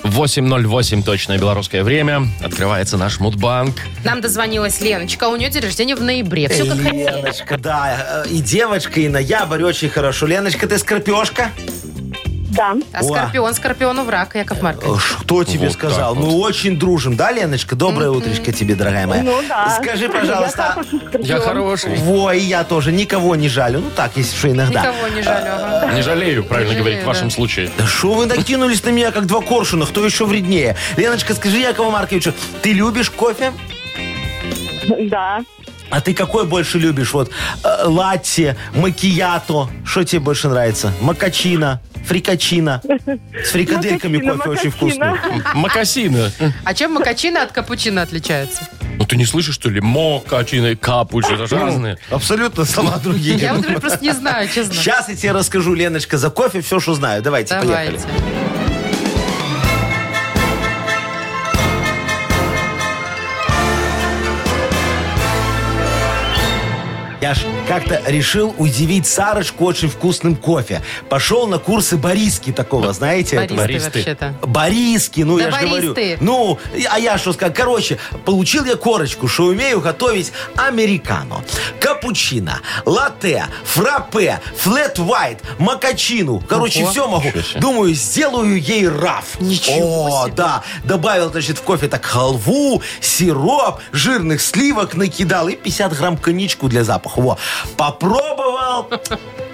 Speaker 1: 8.08 точное белорусское время. Открывается наш Мудбанк.
Speaker 2: Нам дозвонилась Леночка, у нее день рождения в ноябре. Все как хотели.
Speaker 3: Леночка, да, э, и девочка, и ноябрь очень хорошо. Леночка, ты скорпешка?
Speaker 7: Да.
Speaker 2: А скорпион, скорпиону враг, Яков
Speaker 3: Э,
Speaker 2: Маркович.
Speaker 3: Что тебе
Speaker 1: Вот
Speaker 3: сказал?
Speaker 1: так вот.
Speaker 3: Мы очень дружим, да, Леночка? Доброе утречко тебе, дорогая моя.
Speaker 7: Ну да.
Speaker 3: Скажи,
Speaker 7: Я
Speaker 3: пожалуйста, а
Speaker 7: так уж и скорпион.
Speaker 1: Э, Я хороший.
Speaker 3: во, и я тоже никого не жалю. Ну так, если что, иногда.
Speaker 2: Никого не жалю. ага.
Speaker 1: Не жалею, правильно
Speaker 2: Не
Speaker 1: говорить, в
Speaker 2: жалею,
Speaker 1: вашем
Speaker 2: да.
Speaker 1: случае.
Speaker 3: Да что вы накинулись на меня, как два коршуна? Кто еще вреднее? Леночка, скажи Якову Марковичу, ты любишь кофе?
Speaker 7: Да.
Speaker 3: А ты какой больше любишь? Вот э, латте, макиято. Что тебе больше нравится? Макачина, фрикачина. С фрикадельками
Speaker 7: Макачино,
Speaker 3: кофе очень
Speaker 7: макачино.
Speaker 3: вкусно.
Speaker 1: Макасина.
Speaker 2: А чем макачина от капучино отличается?
Speaker 1: Ну ты не слышишь, что ли? Мокачина и капучи, это же
Speaker 3: Ну.
Speaker 1: разные.
Speaker 3: Абсолютно слова другие.
Speaker 2: Я, вот, например, просто не знаю, честно.
Speaker 3: Сейчас я тебе расскажу, Леночка, за кофе все, что знаю. Давайте,
Speaker 2: Давайте.
Speaker 3: поехали. Я ж как-то решил удивить Сарочку очень вкусным кофе. Пошел на курсы Бориски такого, знаете? этого?
Speaker 2: Бористы
Speaker 1: Бористы.
Speaker 2: вообще-то.
Speaker 3: Бориски, ну
Speaker 2: Да
Speaker 3: я же говорю.
Speaker 2: баристы.
Speaker 3: Ну, и- а я что сказал? Короче, получил я корочку, что умею готовить американо, капучино, латте, фраппе, флет вайт, макачину. Короче,
Speaker 2: Ого.
Speaker 3: все могу.
Speaker 1: Ничего себе.
Speaker 3: Думаю, сделаю ей раф.
Speaker 2: Ничего
Speaker 3: О,
Speaker 2: себе.
Speaker 3: да. Добавил, значит, в кофе так халву, сироп, жирных сливок накидал и 50 грамм коньячку для запаха. Во.
Speaker 2: *laughs*
Speaker 3: Попробовал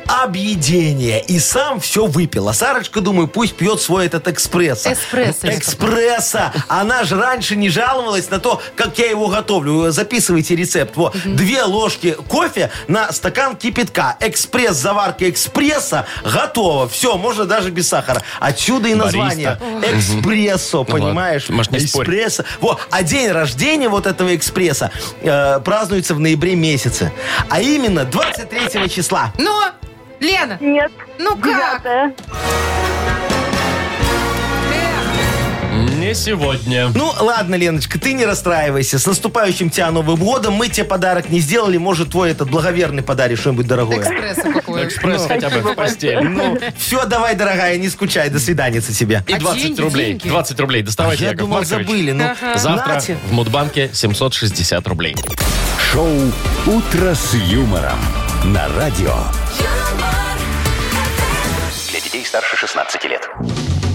Speaker 3: объедение. И сам все выпил. А Сарочка, думаю, пусть пьет свой этот экспресс.
Speaker 2: Эспрессо, Яков
Speaker 3: Экспресса. Она же раньше не жаловалась на то, как я его готовлю. Записывайте рецепт. Во. Две ложки кофе на стакан кипятка. Экспресс, заварка экспресса готово. Все, можно даже без сахара. Отсюда и название. Экспрессо,
Speaker 1: Ну ладно.
Speaker 3: понимаешь?
Speaker 1: Маш, не спорь.
Speaker 3: Экспресса. Во, а день рождения вот этого экспресса э, празднуется в ноябре месяце. А именно 23 числа.
Speaker 2: Ну, Лена,
Speaker 7: Нет.
Speaker 2: ну как?
Speaker 7: Девятое.
Speaker 1: Не сегодня.
Speaker 3: Ну, ладно, Леночка, ты не расстраивайся. С наступающим тебя Новым годом. Мы тебе подарок не сделали. Может, твой этот благоверный подарит что-нибудь дорогое.
Speaker 2: Экспресса какое.
Speaker 1: Экспресс хотя бы в постель.
Speaker 3: Ну, все, давай, дорогая, не скучай. До свидания тебе.
Speaker 1: И
Speaker 2: А
Speaker 1: 20
Speaker 2: деньги,
Speaker 1: рублей.
Speaker 2: деньги?
Speaker 1: 20 рублей. Доставайте,
Speaker 3: Я
Speaker 1: Яков
Speaker 3: думал,
Speaker 1: Маркович.
Speaker 3: забыли. Ну,
Speaker 1: Завтра
Speaker 3: нате.
Speaker 1: в Мудбанке 760 рублей.
Speaker 4: Шоу «Утро с юмором» на радио.
Speaker 6: Для детей старше 16 лет.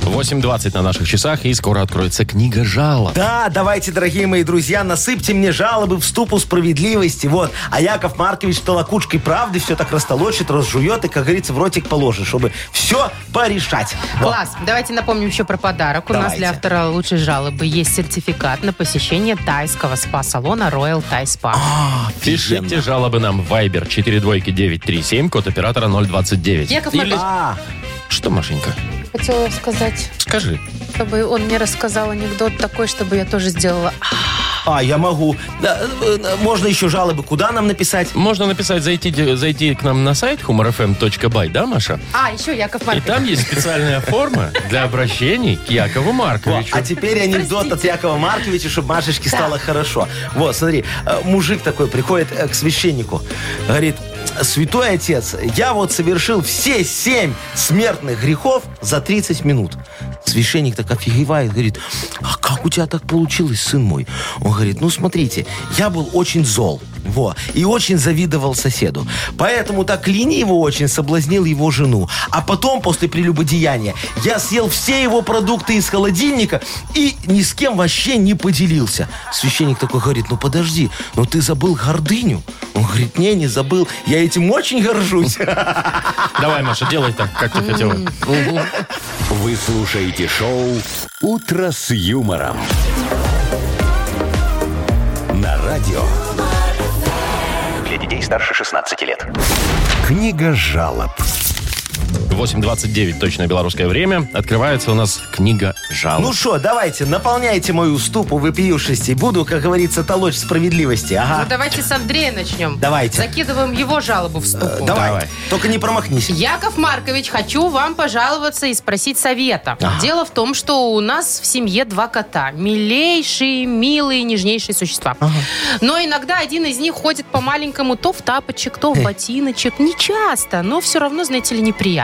Speaker 1: 8.20 на наших часах, и скоро откроется книга жалоб.
Speaker 3: Да, давайте, дорогие мои друзья, насыпьте мне жалобы в ступу справедливости. Вот. А Яков Маркович толокучкой правды все так растолочит, разжует и, как говорится, в ротик положит, чтобы все порешать. Вот.
Speaker 2: Класс. Давайте напомним еще про подарок. У нас
Speaker 3: Давайте.
Speaker 2: для автора лучшей жалобы есть сертификат на посещение тайского спа-салона Royal Thai Spa.
Speaker 1: Пишите жалобы нам в Viber 42937, код оператора 029.
Speaker 2: Яков
Speaker 1: Или-
Speaker 2: Маркович.
Speaker 3: А,
Speaker 1: Что, Машенька?
Speaker 2: Хотела сказать,
Speaker 1: Скажи.
Speaker 2: чтобы он мне рассказал анекдот такой, чтобы я тоже сделала.
Speaker 3: а, я могу. Да, э, э, можно еще жалобы куда нам написать?
Speaker 1: Можно написать, зайти, зайти к нам на сайт humorfm.by, да, Маша?
Speaker 2: А, еще Яков
Speaker 1: И
Speaker 2: Маркович.
Speaker 1: там есть специальная форма для обращений к Якову
Speaker 3: Во,
Speaker 1: Марковичу.
Speaker 3: а теперь анекдот от Якова Марковича, чтобы Машечке стало хорошо. Вот, смотри, э, мужик такой приходит э, к священнику, говорит, святой отец, я вот совершил все семь смертных грехов за 30 минут. Священник так офигевает, говорит, а как у тебя так получилось, сын мой? Он говорит, ну смотрите, я был очень зол, во, и очень завидовал соседу. Поэтому так лениво очень соблазнил его жену. А потом, после прелюбодеяния, я съел все его продукты из холодильника и ни с кем вообще не поделился. Священник такой говорит, ну подожди, но ты забыл гордыню. Он говорит, не, не забыл, я этим очень горжусь.
Speaker 1: Давай, Маша, делай так, как ты хотела.
Speaker 4: Вы слушаете шоу «Утро с юмором» на радио.
Speaker 6: Для детей старше 16 лет.
Speaker 4: Книга жалоб.
Speaker 1: 8.29, точно белорусское время. Открывается у нас книга
Speaker 3: Ну
Speaker 1: жалоб.
Speaker 3: что, давайте, наполняйте мою ступу выпиюшести. Буду, как говорится, толочь справедливости.
Speaker 2: Ну,
Speaker 3: Ага,
Speaker 2: давайте с Андрея начнем.
Speaker 3: Давайте. Э,
Speaker 2: Закидываем его жалобу в ступу.
Speaker 3: давай.
Speaker 1: давай.
Speaker 3: Только не промахнись.
Speaker 2: Яков Маркович, хочу вам пожаловаться и спросить совета. Дело в том, что у нас в семье два кота. Милейшие, милые, нежнейшие существа. Но иногда один из них ходит по маленькому то в тапочек, то в ботиночек. Не часто, но все равно, знаете ли, неприятно.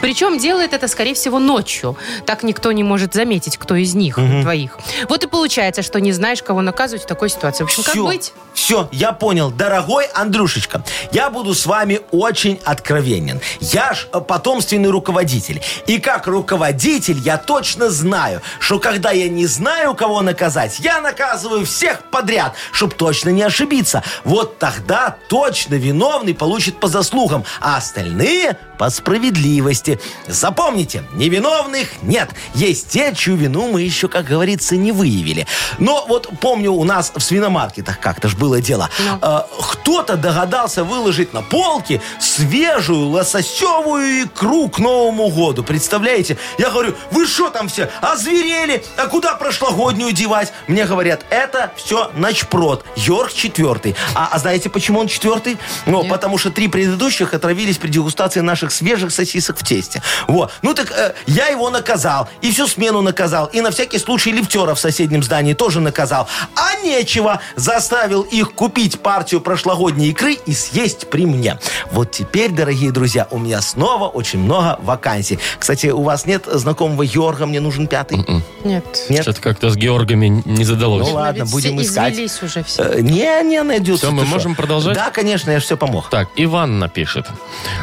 Speaker 2: Причем делает это, скорее всего, ночью. Так никто не может заметить, кто из них, твоих. Вот и получается, что не знаешь, кого наказывать в такой ситуации. В общем, как быть?
Speaker 3: Все, я понял. Дорогой Андрюшечка, я буду с вами очень откровенен. Я ж э, потомственный руководитель. И как руководитель я точно знаю, что когда я не знаю, кого наказать, я наказываю всех подряд, чтобы точно не ошибиться. Вот тогда точно виновный получит по заслугам, а остальные по справедливости. Запомните, невиновных нет. Есть те, чью вину мы еще, как говорится, не выявили. Но вот помню, у нас в свиномаркетах как-то ж было дело. Э, Кто-то догадался выложить на полке свежую лососевую икру к Новому году. Представляете? Я говорю, вы что там все, озверели? А куда прошлогоднюю девать? Мне говорят, это все начпрод. Йорк четвертый. А, а знаете, почему он четвертый? Ну, потому что три предыдущих отравились при дегустации наших свежих сосисок в тесте. Вот. Ну так э, я его наказал. И всю смену наказал. И на всякий случай лифтера в соседнем здании тоже наказал. А нечего. Заставил их купить партию прошлогодней икры и съесть при мне. Вот теперь, дорогие друзья, у меня снова очень много вакансий. Кстати, у вас нет знакомого Йорга, мне нужен пятый.
Speaker 1: М-м.
Speaker 2: Нет.
Speaker 3: Нет.
Speaker 1: Что-то как-то с Георгами не задалось.
Speaker 3: Ну, ладно,
Speaker 2: Ведь
Speaker 3: будем
Speaker 2: все
Speaker 3: искать.
Speaker 2: извелись уже все.
Speaker 3: Э, Не, не найдется.
Speaker 1: Всё, мы
Speaker 3: ты шо.
Speaker 1: можем продолжать?
Speaker 3: Да, конечно, я все помог.
Speaker 1: Так, Иванна пишет.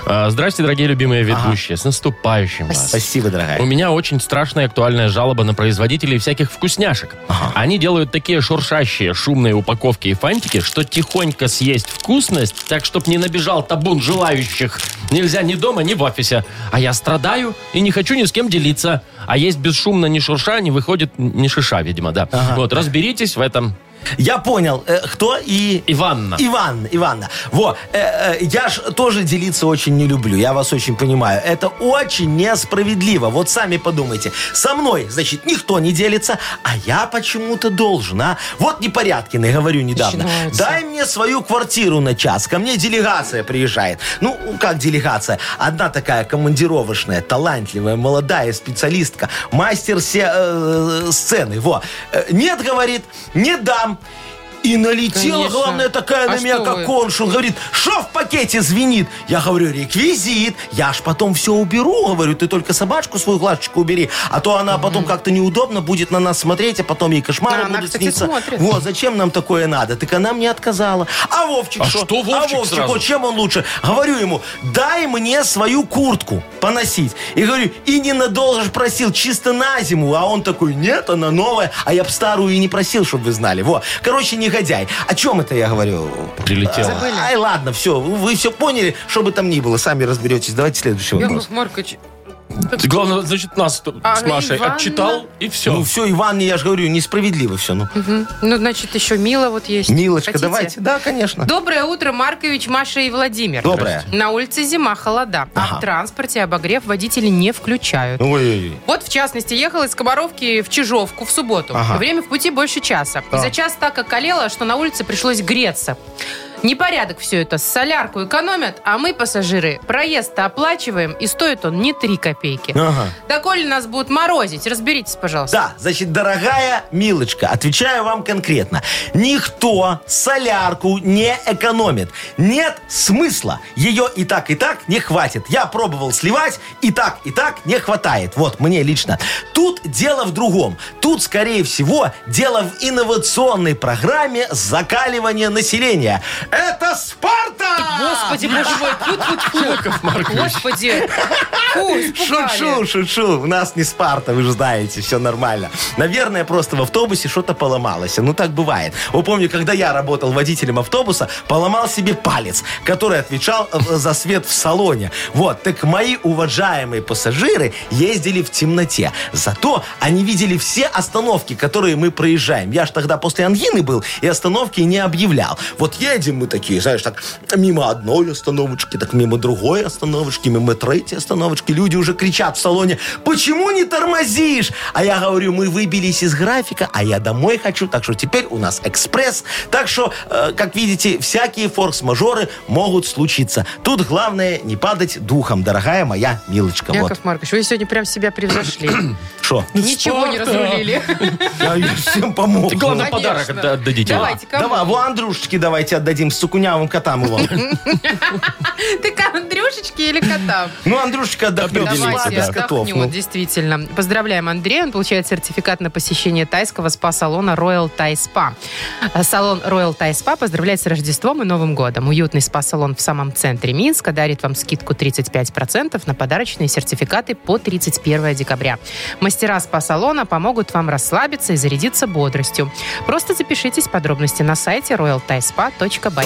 Speaker 1: А, Здрасте, дорогие любимые ведущие. С наступающим вас.
Speaker 3: Спасибо, дорогая.
Speaker 1: У меня очень страшная и актуальная жалоба на производителей всяких вкусняшек. Они делают такие шуршащие, шумные упаковки и фантики, что тихонько съесть вкусность, так чтоб не набежал табун желающих. Нельзя ни дома, ни в офисе. А я страдаю и не хочу ни с кем делиться. А есть бесшумно ни шурша, не выходит ни шиша, видимо, да. Вот, разберитесь в этом.
Speaker 3: Я понял, э, кто и...
Speaker 1: Иванна.
Speaker 3: Иван, Иванна. Во, э, э, я ж тоже делиться очень не люблю, я вас очень понимаю. Это очень несправедливо. Вот сами подумайте. Со мной, значит, никто не делится, а я почему-то должен, а? Вот непорядкиный, говорю недавно.
Speaker 2: Начинается.
Speaker 3: Дай мне свою квартиру на час, ко мне делегация приезжает. Ну, как делегация? Одна такая командировочная, талантливая, молодая специалистка, мастер се, э, сцены, во. Э, Нет, говорит, не дам. И налетела,
Speaker 2: Конечно.
Speaker 3: главное, такая
Speaker 2: А
Speaker 3: на меня,
Speaker 2: что вы?
Speaker 3: как коншул. Говорит, что в пакете звенит? Я говорю, реквизит. Я ж потом все уберу. Говорю, ты только собачку свою глазочку убери. А то она потом как-то неудобно будет на нас смотреть, а потом ей кошмары
Speaker 2: А, она,
Speaker 3: будут
Speaker 2: кстати,
Speaker 3: сниться.
Speaker 2: смотрит.
Speaker 3: Вот, зачем нам такое надо? Так она мне отказала. А Вовчик
Speaker 1: А
Speaker 3: шо?
Speaker 1: что Вовчик
Speaker 3: А Вовчик,
Speaker 1: сразу?
Speaker 3: вот чем он лучше? Говорю ему, дай мне свою куртку поносить. И говорю, и ненадолго ж просил, чисто на зиму. А он такой, нет, она новая. А я б старую и не просил, чтобы вы знали. Во. Короче, негодяй. О чем это я говорю?
Speaker 1: Прилетела.
Speaker 2: Забыли.
Speaker 3: Ай, ладно, все, вы все поняли, что бы там ни было, сами разберетесь. Давайте следующий вопрос.
Speaker 2: Яков Маркович,
Speaker 1: Ты, главное, значит, нас тут
Speaker 2: А
Speaker 1: с Машей
Speaker 2: Иванна?
Speaker 1: отчитал, и все.
Speaker 3: Ну все, Иван, я же говорю, несправедливо все. Ну.
Speaker 2: мгм. ну, значит, еще Мила вот есть.
Speaker 3: Милочка,
Speaker 2: Хотите?
Speaker 3: давайте. Да, конечно.
Speaker 2: Доброе утро, Маркович, Маша и Владимир.
Speaker 3: Доброе.
Speaker 2: На улице зима, холода. А в транспорте обогрев водители не включают.
Speaker 3: Ну. Ой-ой-ой.
Speaker 2: Вот, в частности, ехала из Комаровки в Чижовку в субботу.
Speaker 3: Ага.
Speaker 2: Время в пути больше часа. И за час так околело, что на улице пришлось греться. Непорядок все это. Солярку экономят, а мы, пассажиры, проезд-то оплачиваем, и стоит он не 3 копейки.
Speaker 3: Ага.
Speaker 2: Доколе нас будут морозить? Разберитесь, пожалуйста.
Speaker 3: Да, значит, дорогая Милочка, отвечаю вам конкретно. Никто солярку не экономит. Нет смысла. Ее и так, и так не хватит. Я пробовал сливать, и так, и так не хватает. Вот, мне лично. Тут дело в другом. Тут, скорее всего, дело в инновационной программе закаливания населения. Это Спарта!
Speaker 2: Господи, боже мой,
Speaker 3: *laughs*
Speaker 2: тут, тут, Господи, фу, испугали.
Speaker 3: Шучу, шучу. У нас не Спарта, вы же знаете, все нормально. Наверное, просто в автобусе что-то поломалось. Ну, так бывает. Вы помню, когда я работал водителем автобуса, поломал себе палец, который отвечал э, за свет в салоне. Вот, так мои уважаемые пассажиры ездили в темноте. Зато они видели все остановки, которые мы проезжаем. Я ж тогда после ангины был и остановки не объявлял. Вот едем мы такие, знаешь, так мимо одной остановочки, так мимо другой остановочки, мимо третьей остановочки. Люди уже кричат в салоне, почему не тормозишь? А я говорю, мы выбились из графика, а я домой хочу, так что теперь у нас экспресс. Так что, э, как видите, всякие форс-мажоры могут случиться. Тут главное не падать духом, дорогая моя милочка.
Speaker 2: Яков Маркович, вы сегодня прям себя превзошли.
Speaker 3: Вот. Что?
Speaker 2: Ничего не разрулили.
Speaker 3: Я всем помог.
Speaker 1: Ты, главное,
Speaker 2: Конечно.
Speaker 1: подарок отда- отдадите.
Speaker 2: Давайте, кому?
Speaker 3: Давай, во Андрюшечке давайте отдадим с цукунявым котам его.
Speaker 2: Ты к Андрюшечке или котам?
Speaker 3: Ну, Андрюшечка отдохнет
Speaker 1: Определите,
Speaker 3: бесплатно
Speaker 2: Давайте
Speaker 1: да.
Speaker 3: без котов.
Speaker 2: отдохнем,
Speaker 3: Ну,
Speaker 2: действительно. Поздравляем Андрея. Он получает сертификат на посещение тайского спа-салона Royal Thai Spa. А Салон Royal Thai Spa поздравляет с Рождеством и Новым годом. Уютный спа-салон в самом центре Минска дарит вам скидку 35% на подарочные сертификаты по 31 декабря. Мастера спа-салона помогут вам расслабиться и зарядиться бодростью. Просто запишитесь. Подробности на сайте royalthaispa.by.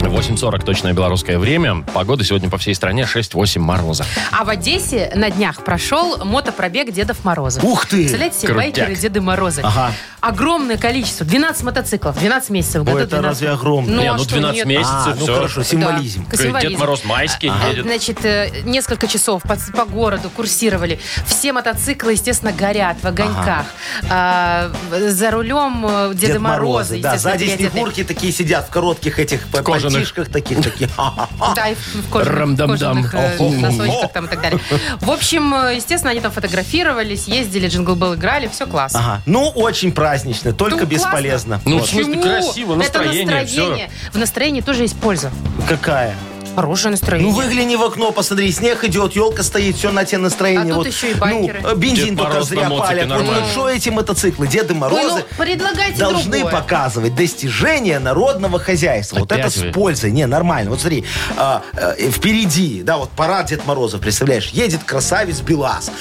Speaker 1: 8.40 точное белорусское время. Погода сегодня по всей стране 6-8 мороза.
Speaker 2: А в Одессе на днях прошел мотопробег Дедов Морозов.
Speaker 3: Ух ты!
Speaker 2: Представляете себе,
Speaker 1: Крутяк.
Speaker 2: байкеры Деды Морозы.
Speaker 3: Ага.
Speaker 2: Огромное количество. 12 мотоциклов, 12 месяцев. в году
Speaker 3: это
Speaker 2: 12.
Speaker 3: разве огромно?
Speaker 1: Не,
Speaker 2: а
Speaker 1: ну
Speaker 2: что
Speaker 1: 12
Speaker 2: нет?
Speaker 1: месяцев.
Speaker 3: А, ну
Speaker 1: всё.
Speaker 3: хорошо, символизм.
Speaker 2: Да, символизм.
Speaker 1: Дед Мороз майский
Speaker 2: Э,
Speaker 1: едет.
Speaker 2: Значит, э, несколько часов по, по городу курсировали. Все мотоциклы, естественно, горят в огоньках. А, в- за рулем э, Деда,
Speaker 3: Дед
Speaker 2: Мороза,
Speaker 3: Да,
Speaker 2: естественно,
Speaker 3: сзади
Speaker 2: переодетые.
Speaker 3: снегурки такие сидят в коротких этих п-
Speaker 1: кожаных.
Speaker 3: пальтишках таких. такие. Ха-ха-ха.
Speaker 2: Да, и в кожаных,
Speaker 1: Рам-дам-дам.
Speaker 2: кожаных, э,
Speaker 1: Охо.
Speaker 2: носочках там и так далее. В общем, э, естественно, они там фотографировались, ездили, джингл-белл играли, все классно.
Speaker 3: Ага. Ну, очень празднично, только
Speaker 2: Ну, классно.
Speaker 3: бесполезно.
Speaker 1: Ну,
Speaker 3: Вот.
Speaker 1: в смысле,
Speaker 2: Почему?
Speaker 1: красиво, настроение,
Speaker 2: Это настроение. В настроении тоже есть польза.
Speaker 3: Какая?
Speaker 2: Хорошее
Speaker 3: Ну,
Speaker 2: настроение.
Speaker 3: выгляни в окно, посмотри, снег идет, елка стоит, все на тебе
Speaker 2: А
Speaker 3: настроение.
Speaker 2: тут
Speaker 3: вот.
Speaker 2: еще и байкеры.
Speaker 3: Ну, э, бензин
Speaker 1: Дед
Speaker 3: только
Speaker 1: Мороз на
Speaker 3: зря
Speaker 1: моцике
Speaker 3: палят. Вот,
Speaker 1: нормально.
Speaker 3: вот что эти мотоциклы, Деды
Speaker 2: Ой,
Speaker 3: Морозы...
Speaker 2: ну, предлагайте
Speaker 3: должны
Speaker 2: другое.
Speaker 3: показывать достижения народного хозяйства. вот
Speaker 1: Опять
Speaker 3: это
Speaker 1: вы?
Speaker 3: с пользой. Не, нормально. Вот смотри, а, э, впереди, да, вот парад Дед Морозов, представляешь, едет красавец Белас,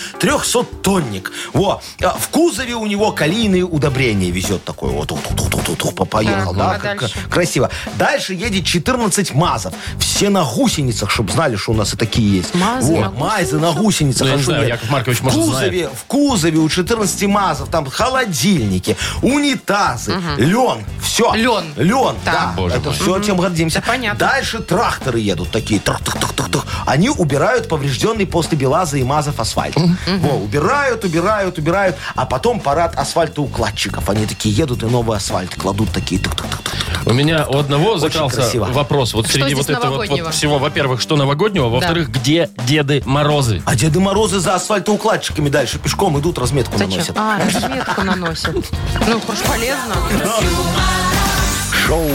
Speaker 3: 300-тонник. Во, а, в кузове у него калийные удобрения везет такой. Вот, вот, вот, вот, вот, вот, поехал,
Speaker 2: Так,
Speaker 3: да,
Speaker 2: а
Speaker 3: как-
Speaker 2: дальше?
Speaker 3: красиво. Дальше едет 14 мазов. Все на гусеницах, чтобы знали, что у нас и такие есть.
Speaker 2: Мазы
Speaker 3: Во,
Speaker 2: на
Speaker 3: мазы на гусеницах.
Speaker 1: Ну, я
Speaker 3: а
Speaker 1: не
Speaker 3: что
Speaker 1: знаю,
Speaker 3: нет?
Speaker 1: Яков Маркович,
Speaker 3: в
Speaker 1: может, знает.
Speaker 3: кузове, В кузове у 14 мазов там холодильники, унитазы, лен, все.
Speaker 2: Лен.
Speaker 3: Лен, да.
Speaker 1: Боже
Speaker 3: Это
Speaker 1: мой.
Speaker 3: все, чем гордимся.
Speaker 2: Да, понятно.
Speaker 3: Дальше тракторы едут такие. трах, трах, трах, трах, трах. Они убирают поврежденный после Белаза и мазов асфальт. Во, убирают, убирают, убирают. А потом парад асфальтоукладчиков. Они такие едут и новый асфальт кладут такие. тук, тук, тук, тук, тук.
Speaker 1: У меня у одного закрался
Speaker 3: красиво.
Speaker 1: вопрос. Вот
Speaker 2: Что
Speaker 1: среди
Speaker 2: здесь
Speaker 1: вот этого вот-
Speaker 2: новогоднего?
Speaker 1: вот всего, во-первых, что новогоднего, во-вторых, где Деды Морозы?
Speaker 3: А Деды Морозы за асфальтоукладчиками дальше пешком идут, разметку
Speaker 2: Зачем?
Speaker 3: наносят.
Speaker 2: А, разметку наносят. Ну, уж полезно.
Speaker 4: Шоу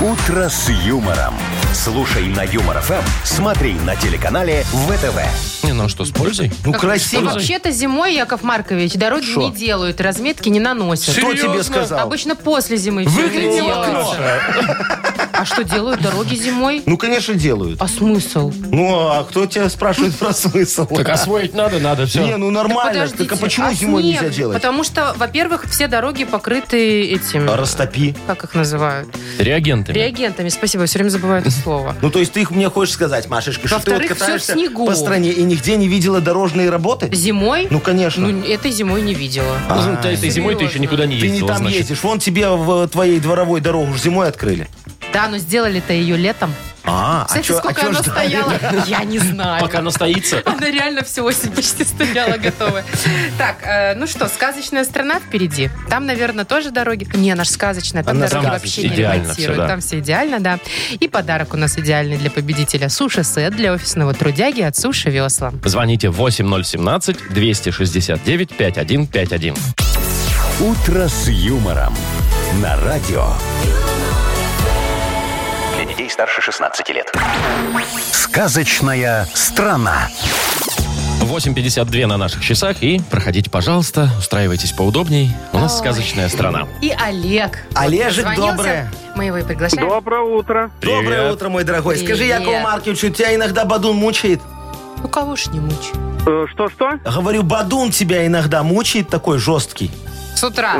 Speaker 4: «Утро с юмором». Слушай на Юмор ФМ, смотри на телеканале ВТВ.
Speaker 1: Не, ну а что, с пользой?
Speaker 3: Ну,
Speaker 2: И
Speaker 3: красиво.
Speaker 2: вообще-то зимой, Яков Маркович, дороги не делают, разметки не наносят.
Speaker 3: Кто
Speaker 1: Серьезно?
Speaker 3: тебе сказал?
Speaker 2: Обычно после зимы все это
Speaker 3: Выгляни в
Speaker 2: делается. А что делают дороги зимой?
Speaker 3: Ну, конечно, делают.
Speaker 2: А смысл?
Speaker 3: Ну, а кто тебя спрашивает *laughs* про смысл?
Speaker 1: Так а освоить надо, надо, все.
Speaker 3: Не, ну нормально.
Speaker 2: Подождите,
Speaker 3: Так а почему зимой
Speaker 2: снег?
Speaker 3: нельзя делать? А
Speaker 2: Потому что, во-первых, все дороги покрыты этим,
Speaker 3: Растопи.
Speaker 2: как их называют,
Speaker 1: Реагентами.
Speaker 2: реагентами. Спасибо, я все время забываю это слово.
Speaker 3: Ну, то есть ты их мне хочешь сказать, Машечка, что ты вот
Speaker 2: Во-вторых, всё в
Speaker 3: катаешься
Speaker 2: снегу.
Speaker 3: по стране и нигде не видела дорожные работы?
Speaker 2: Зимой?
Speaker 3: Ну, конечно.
Speaker 2: Ну, этой зимой не видела.
Speaker 1: Ну, ты этой зимой ты еще
Speaker 2: Серьезно.
Speaker 1: никуда не
Speaker 3: ты не
Speaker 1: ездила,
Speaker 3: там
Speaker 1: значит.
Speaker 3: ездишь. Вон тебе в твоей дворовой дорогу ж зимой открыли.
Speaker 2: Да, но сделали-то ее летом.
Speaker 3: А, а
Speaker 2: Кстати,
Speaker 3: чё- а
Speaker 2: сколько
Speaker 3: чё
Speaker 2: она
Speaker 3: ждали? *laughs*
Speaker 2: стояла, я не знаю.
Speaker 1: Пока настоится.
Speaker 2: *laughs* Она реально всю осень почти стояла готовая. Так, э, ну что, сказочная страна впереди. Там, наверное, тоже дороги. Не, наш сказочная, там
Speaker 3: Она
Speaker 2: дороги
Speaker 3: сказочная.
Speaker 2: вообще не
Speaker 1: Идеально
Speaker 2: ремонтируют.
Speaker 1: всё, да.
Speaker 2: Там все идеально, да. И подарок у нас идеальный для победителя. Суши-сет для офисного трудяги от Суши Весла.
Speaker 1: Звоните 8017-269-5151.
Speaker 4: «Утро с юмором» на радио.
Speaker 6: Для детей старше 16 лет.
Speaker 4: «Сказочная страна».
Speaker 1: 8.52 на наших часах. И проходите, пожалуйста, устраивайтесь поудобней. У нас
Speaker 2: Ой.
Speaker 1: сказочная страна.
Speaker 2: И Олег.
Speaker 3: Олежек,
Speaker 2: Дозвонился.
Speaker 3: доброе.
Speaker 2: Мы его и приглашаем.
Speaker 5: Доброе утро.
Speaker 3: Доброе
Speaker 1: Привет.
Speaker 3: утро, мой дорогой. Скажи,
Speaker 2: Привет.
Speaker 3: Якову Марковичу, тебя иногда Бадун мучает?
Speaker 2: Ну кого ж не мучь.
Speaker 5: Э, Что-что?
Speaker 3: Говорю, Бадун тебя иногда мучает такой жесткий.
Speaker 2: С утра.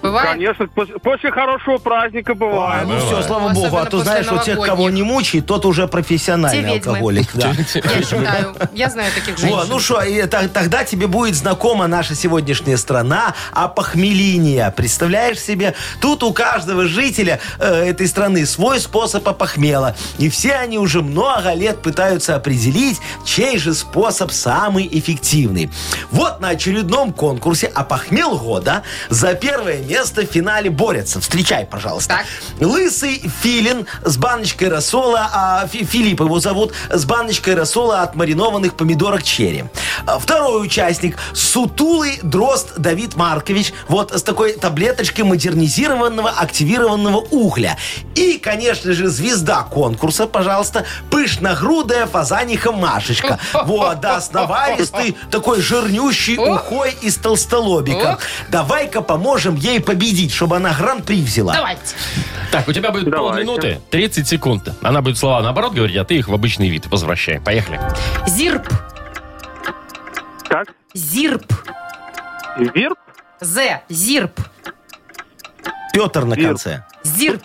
Speaker 5: Конечно,
Speaker 2: Бывает?
Speaker 5: после, хорошего праздника
Speaker 3: А, ну все, слава
Speaker 2: Особенно
Speaker 3: богу. А то
Speaker 2: после
Speaker 3: знаешь, вот тех, кого
Speaker 2: новогодних.
Speaker 3: не мучает, тот уже
Speaker 2: Те
Speaker 3: профессиональный
Speaker 2: ведьмы.
Speaker 3: алкоголик. да.
Speaker 2: Я считаю. Я знаю таких женщин.
Speaker 3: Во, ну что, тогда тебе будет знакома наша сегодняшняя страна опохмеления. Представляешь себе? Тут у каждого жителя э, этой страны свой способ опохмела. И все они уже много лет пытаются определить, чей же способ самый эффективный. Вот на очередном конкурсе «Опохмел года» за первое место в финале борются. Встречай, пожалуйста. Лысый филин с баночкой рассола, а Фи- Филипп его зовут, с баночкой рассола от маринованных помидорок черри. А Второй участник – сутулый дрозд Давид Маркович, вот с такой таблеточкой модернизированного активированного угля. И, конечно же, звезда конкурса, пожалуйста, пышногрудая фазаниха Машечка. Вот, да, сноваристый, такой жирнющий ухой из
Speaker 2: Ох.
Speaker 3: толстолобика. Давай-ка поможем ей победить, чтобы она гран-при взяла.
Speaker 2: Давайте.
Speaker 1: Так, у тебя будет
Speaker 5: Давайте.
Speaker 1: полминуты, 30 секунд. Она будет слова наоборот говорить, а ты их в обычный вид возвращай. Поехали.
Speaker 2: Зирп.
Speaker 5: Как?
Speaker 2: Зирп.
Speaker 5: Зирп?
Speaker 2: З. Зирп.
Speaker 3: Петр на
Speaker 5: Ир.
Speaker 3: конце.
Speaker 2: Зирп.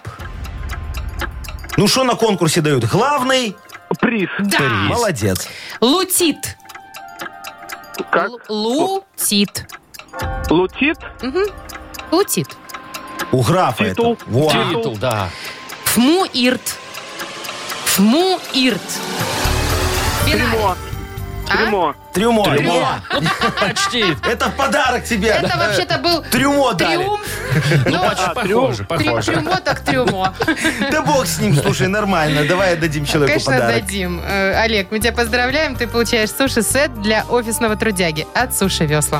Speaker 3: Ну что на конкурсе дают? Главный?
Speaker 5: Приз.
Speaker 2: Да.
Speaker 3: А, Молодец.
Speaker 2: Лутит.
Speaker 5: Как?
Speaker 2: Л- Лутит.
Speaker 5: Лутит?
Speaker 2: Лутит.
Speaker 3: У графа
Speaker 5: Титул.
Speaker 3: это. Во.
Speaker 5: Титул.
Speaker 1: Титул, да.
Speaker 2: Фмуирт. Фмуирт. Финал.
Speaker 5: Трюмо. Трюмо.
Speaker 3: Трюмо.
Speaker 1: Трюмо. Ну, *laughs* Почти.
Speaker 3: Это в подарок тебе. Э,
Speaker 2: Это вообще-то был
Speaker 3: Трюмо дали.
Speaker 2: триумф.
Speaker 1: Ну,
Speaker 2: но-
Speaker 1: почти похоже,
Speaker 2: Трю-
Speaker 1: похоже.
Speaker 2: Трюмо так
Speaker 3: *laughs*
Speaker 2: трюмо.
Speaker 3: Да бог с ним, слушай, нормально. Давай отдадим человеку
Speaker 2: Конечно,
Speaker 3: подарок.
Speaker 2: дадим. Э, Олег, мы тебя поздравляем. Ты получаешь суши-сет для офисного трудяги от Суши Весла.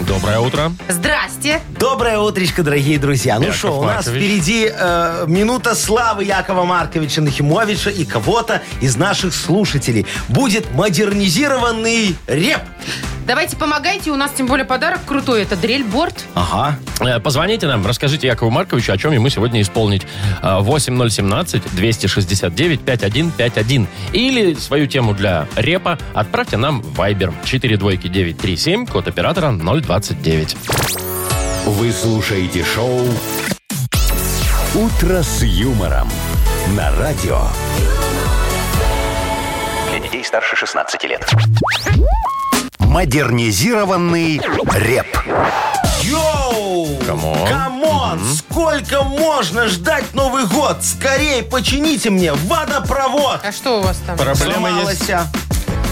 Speaker 1: Доброе утро.
Speaker 2: Здрасте.
Speaker 3: Доброе утречко, дорогие друзья. Ну
Speaker 1: Яков
Speaker 3: что, у нас
Speaker 1: Маркович.
Speaker 3: впереди э, минута славы Якова Марковича Нахимовича и кого-то из наших слушателей. Будет модернизированный реп.
Speaker 2: Давайте помогайте. У нас тем более подарок крутой. Это дрель-борт.
Speaker 3: Ага.
Speaker 1: Э, Позвоните нам, расскажите Якову Марковичу, о чем ему сегодня исполнить. Э, 8017-269-5151. Или свою тему для репа отправьте нам в Viber 42937, код оператора 029.
Speaker 4: Вы слушаете шоу «Утро с юмором» на радио.
Speaker 6: Для детей старше 16 лет.
Speaker 4: Модернизированный реп.
Speaker 3: Йоу!
Speaker 1: Камон.
Speaker 3: Камон! Сколько можно ждать Новый год? Скорей почините мне водопровод!
Speaker 2: А что у вас там?
Speaker 3: Сломалося.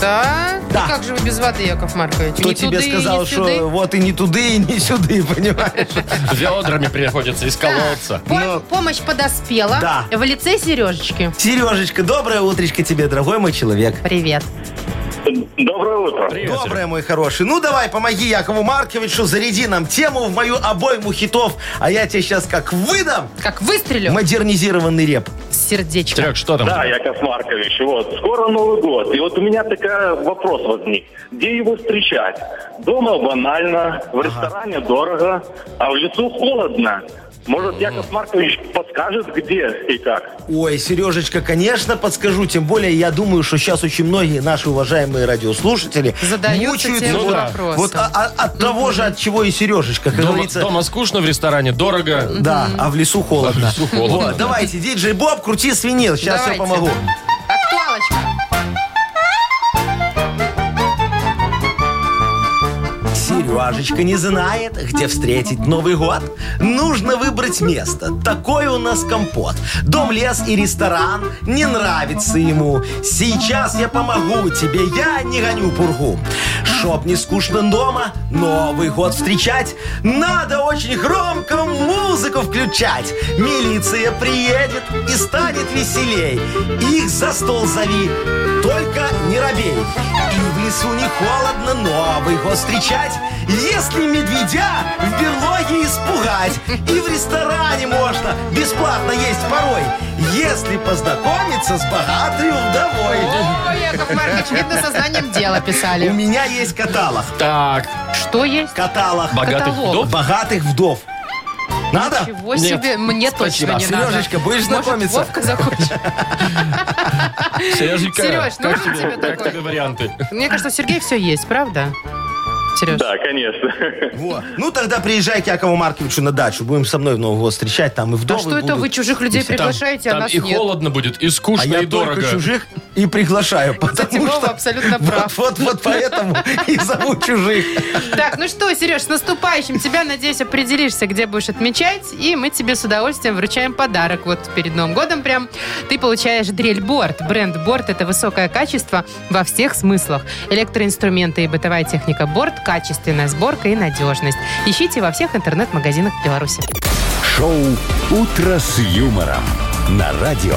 Speaker 2: Да?
Speaker 3: Да.
Speaker 2: Ну как же вы без воды, Яков Маркович?
Speaker 3: Кто
Speaker 2: Ни
Speaker 3: тебе
Speaker 2: туды,
Speaker 3: сказал,
Speaker 2: ни сюды.
Speaker 3: что вот и не туды, и не сюды, *laughs* понимаешь?
Speaker 1: Ведрами приходится из колодца.
Speaker 2: Пом- Помощь подоспела
Speaker 3: Ну, Да.
Speaker 2: в лице Сережечки.
Speaker 3: Сережечка, доброе утречко тебе, дорогой мой человек.
Speaker 2: Привет.
Speaker 5: Доброе утро.
Speaker 1: Привет, Серег.
Speaker 3: Доброе, мой хороший. Ну, давай, помоги Якову Марковичу, заряди нам тему в мою обойму хитов, а я тебе сейчас как выдам
Speaker 2: Как выстрелю
Speaker 3: модернизированный реп.
Speaker 2: с сердечка.
Speaker 1: Серег, что там?
Speaker 8: Да, Яков Маркович, вот, скоро Новый год, и вот у меня такой вопрос возник. Где его встречать? Дома банально, в ресторане дорого, а в лесу холодно. Может, Яков Маркович подскажет, где и как?
Speaker 3: Ой, Сережечка, конечно, подскажу. Тем более, я думаю, что сейчас очень многие наши уважаемые радиослушатели
Speaker 2: Задаются
Speaker 3: мучаются
Speaker 2: тем же
Speaker 3: вот,
Speaker 2: вопросом.
Speaker 3: вот а- а- от того же, от чего и Сережечка, как
Speaker 1: Дома,
Speaker 3: говорится.
Speaker 1: дома скучно, в ресторане дорого.
Speaker 3: Да, а в лесу холодно.
Speaker 1: А в лесу холодно,
Speaker 3: Вот,
Speaker 1: да.
Speaker 3: Давайте, диджей Боб, крути свинил, сейчас я
Speaker 2: Давайте.
Speaker 3: помогу.
Speaker 2: Актуалочка.
Speaker 3: Сережечка не знает, где встретить Новый год. Нужно выбрать место. Такой у нас компот. Дом, лес и ресторан не нравится ему. Сейчас я помогу тебе, я не гоню пургу. Чтоб не скучно дома Новый год встречать, надо очень громко музыку включать. Милиция приедет и станет веселей. Их за стол зови, только не робей. И в лесу не холодно Новый год встречать, если медведя в берлоге испугать. И в ресторане можно бесплатно есть порой, если познакомиться с богатой вдовой.
Speaker 2: О, Яков Маркович, видно, со знанием дела
Speaker 3: У
Speaker 2: писали.
Speaker 3: меня есть каталог.
Speaker 1: Так,
Speaker 2: Что есть?
Speaker 3: Каталог
Speaker 1: богатых
Speaker 2: Каталог.
Speaker 1: вдов.
Speaker 3: богатых вдов. Надо?
Speaker 2: Чего
Speaker 1: Нет.
Speaker 2: себе? Мне
Speaker 1: Спасибо.
Speaker 2: точно не надо.
Speaker 3: Сережечка, будешь
Speaker 2: Может,
Speaker 3: знакомиться?
Speaker 2: Вовка захочет.
Speaker 1: Сереженька,
Speaker 2: Сереж,
Speaker 1: как
Speaker 2: нужен
Speaker 1: тебе-
Speaker 2: тебе
Speaker 1: как
Speaker 2: такой?
Speaker 1: тебе варианты?
Speaker 2: Мне кажется, у Сергея все есть, правда? Сереж? А
Speaker 8: Да, конечно.
Speaker 3: Во. Ну, тогда приезжай к Якову Марковичу на дачу. Будем со мной в Новый год встречать, там и вдовы
Speaker 2: А что это
Speaker 3: будут.
Speaker 2: вы чужих людей
Speaker 3: И все.
Speaker 2: приглашаете, а
Speaker 1: Там
Speaker 2: нас
Speaker 1: и
Speaker 2: нет?
Speaker 1: холодно будет, и скучно,
Speaker 3: А я
Speaker 1: и
Speaker 3: только
Speaker 1: дорого.
Speaker 3: чужих и приглашаю, потому
Speaker 2: Вова
Speaker 3: что...
Speaker 2: абсолютно
Speaker 3: Вот-
Speaker 2: прав.
Speaker 3: Вот, вот поэтому и зову чужих.
Speaker 2: Так, ну что, Сереж, с наступающим тебя, надеюсь, определишься, где будешь отмечать, и мы тебе с удовольствием вручаем подарок. Вот перед Новым годом прям ты получаешь дрель-борт. Бренд «Борт» — это высокое качество во всех смыслах. Электроинструменты и бытовая техника «Борт» — качественная сборка и надежность. Ищите во всех интернет-магазинах Беларуси.
Speaker 4: Шоу «Утро с юмором» на радио.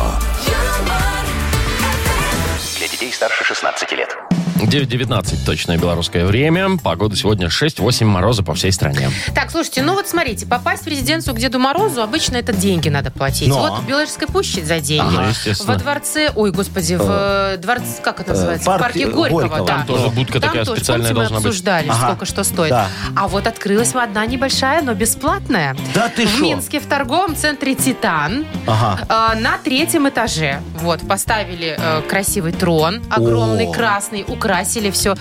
Speaker 6: Для детей старше 16 лет.
Speaker 1: 9.19 точное белорусское время. Погода сегодня 6-8 мороза по всей стране.
Speaker 2: Так, слушайте, ну вот смотрите, попасть в резиденцию к Деду Морозу обычно это деньги надо платить.
Speaker 3: Но.
Speaker 2: Вот в Белорусской пуще за деньги.
Speaker 1: Ага, Ну, естественно.
Speaker 2: Во дворце, ой, господи, в дворце, как это называется?
Speaker 3: парк,
Speaker 2: в парке
Speaker 3: э,
Speaker 2: Горького,
Speaker 3: Горького.
Speaker 2: да.
Speaker 1: Там тоже будка
Speaker 2: Там
Speaker 1: такая
Speaker 2: тоже,
Speaker 1: специальная
Speaker 2: помните, мы
Speaker 1: должна быть.
Speaker 2: обсуждали,
Speaker 3: Ага.
Speaker 2: сколько что стоит.
Speaker 3: Да.
Speaker 2: А вот открылась одна небольшая, но бесплатная.
Speaker 3: Да ты
Speaker 2: в
Speaker 3: шо?
Speaker 2: Минске в торговом центре «Титан»
Speaker 3: Ага.
Speaker 2: э, на третьем этаже. Вот, поставили э, красивый трон, огромный,
Speaker 3: О.
Speaker 2: красный, украсили все.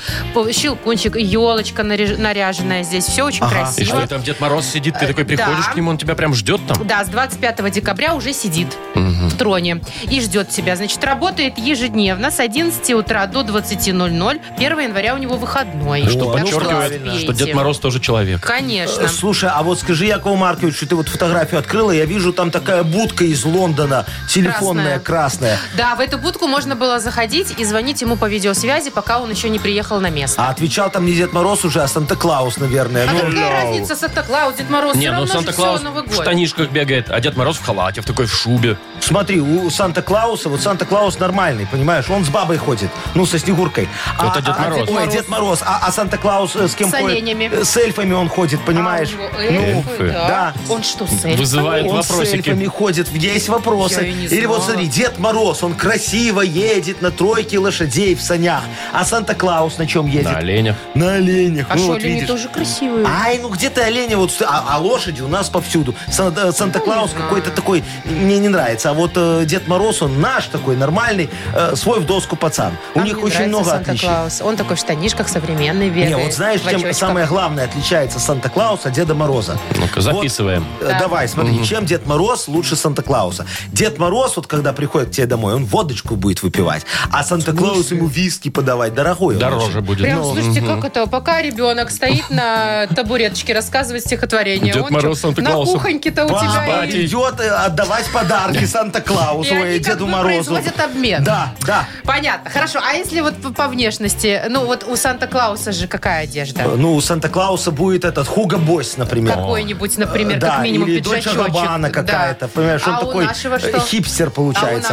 Speaker 2: Щелкунчик, елочка наряженная здесь. Все очень
Speaker 3: Ага.
Speaker 2: красиво.
Speaker 1: И что, и там Дед Мороз сидит, ты такой приходишь
Speaker 2: да.
Speaker 1: к нему, он тебя прям ждет там?
Speaker 2: Да, с 25 декабря уже сидит в троне и ждет тебя. Значит, работает ежедневно с 11 утра до 20.00. 1 января у него выходной.
Speaker 1: Что
Speaker 3: ну
Speaker 2: Так
Speaker 1: подчеркивает,
Speaker 2: успеете.
Speaker 1: что Дед Мороз тоже человек.
Speaker 2: Конечно.
Speaker 3: Слушай, а вот скажи, Якову Марковичу, ты вот фотографию открыла, я вижу там такая будка из Лондона, телефонная, красная.
Speaker 2: Да, в эту будку можно было заходить и звонить ему по видеосвязи, пока он еще не приехал на место.
Speaker 3: А отвечал там не Дед Мороз уже, а Санта-Клаус, наверное.
Speaker 2: А
Speaker 3: Ну,
Speaker 2: какая разница, Санта-Клаус, Дед Мороз?
Speaker 1: Не,
Speaker 2: все
Speaker 1: ну
Speaker 2: равно же
Speaker 1: Санта-Клаус
Speaker 2: все Новый
Speaker 1: в
Speaker 2: год.
Speaker 1: штанишках бегает, а Дед Мороз в халате, в такой в шубе.
Speaker 3: Смотри, у Санта-Клауса, вот Санта-Клаус нормальный, понимаешь? Он с бабой ходит, ну, со Снегуркой. А,
Speaker 1: Это Дед
Speaker 3: а- а-
Speaker 1: Мороз.
Speaker 3: Ой, Дед Мороз. А, а Санта-Клаус э, с кем
Speaker 2: С
Speaker 3: ходит?
Speaker 2: оленями.
Speaker 3: Э, С эльфами он ходит, понимаешь?
Speaker 2: А, у него эльфы,
Speaker 1: эльфы,
Speaker 2: да.
Speaker 3: да.
Speaker 2: Он что, с эльфами?
Speaker 1: Вызывает
Speaker 3: Он с эльфами
Speaker 1: вопросики.
Speaker 3: ходит, есть вопросы.
Speaker 2: Я и не
Speaker 3: Или вот
Speaker 2: знала.
Speaker 3: смотри, Дед Мороз, он красиво едет на тройке лошадей в санях. А Санта-Клаус на чем едет?
Speaker 1: На оленях.
Speaker 3: На оленях.
Speaker 2: А
Speaker 3: ну,
Speaker 2: что,
Speaker 3: вот
Speaker 2: олени
Speaker 3: видишь.
Speaker 2: тоже красивые?
Speaker 3: Ай, ну где ты олени? Вот, ст- а, а лошади у нас повсюду. Сан- э, Санта-Клаус
Speaker 2: Ну, не
Speaker 3: какой-то такой мне не нравится. А вот э, Дед Мороз, он наш такой нормальный, э, свой в доску пацан. У
Speaker 2: А
Speaker 3: них
Speaker 2: мне
Speaker 3: очень
Speaker 2: нравится
Speaker 3: много отличий.
Speaker 2: Санта-Клаус. Он такой в штанишках современный,
Speaker 3: Не,
Speaker 2: бегает.
Speaker 3: вот знаешь,
Speaker 2: в
Speaker 3: чем
Speaker 2: очочках.
Speaker 3: самое главное отличается Санта-Клаус от Деда Мороза?
Speaker 1: Ну-ка, записываем.
Speaker 3: Э, Давай, смотри, чем Дед Мороз лучше Санта-Клауса? Дед Мороз, вот когда приходит к тебе домой, он водочку будет выпивать, а Санта-Клаус ему виски подавать, дорогой. он
Speaker 1: Дороже
Speaker 3: очень.
Speaker 1: будет.
Speaker 2: Прям, слушайте, как это, пока ребенок стоит на табуреточке, рассказывает стихотворение.
Speaker 1: Дед
Speaker 2: он
Speaker 1: Мороз
Speaker 2: чё,
Speaker 1: Санта
Speaker 2: На
Speaker 1: Клаусом.
Speaker 2: кухоньке-то у тебя
Speaker 3: Папа
Speaker 1: батя.
Speaker 2: и...
Speaker 3: идет э, отдавать подарки Санта-Клаусу
Speaker 2: И они
Speaker 3: и
Speaker 2: как
Speaker 3: Деду
Speaker 2: бы
Speaker 3: Морозу.
Speaker 2: производят обмен.
Speaker 3: Да, да.
Speaker 2: Понятно, хорошо. А если вот по, по внешности? Ну вот у Санта-Клауса же какая
Speaker 3: Э,
Speaker 2: одежда?
Speaker 3: Ну, у Санта-Клауса будет этот Хуга Бойс, например.
Speaker 2: Какой-нибудь, например,
Speaker 3: Да,
Speaker 2: как минимум
Speaker 3: или Дольче
Speaker 2: пиджачочек.
Speaker 3: Габбана
Speaker 2: Да.
Speaker 3: какая-то, понимаешь,
Speaker 2: а
Speaker 3: он такой
Speaker 2: у нашего
Speaker 3: э,
Speaker 2: что?
Speaker 3: хипстер получается.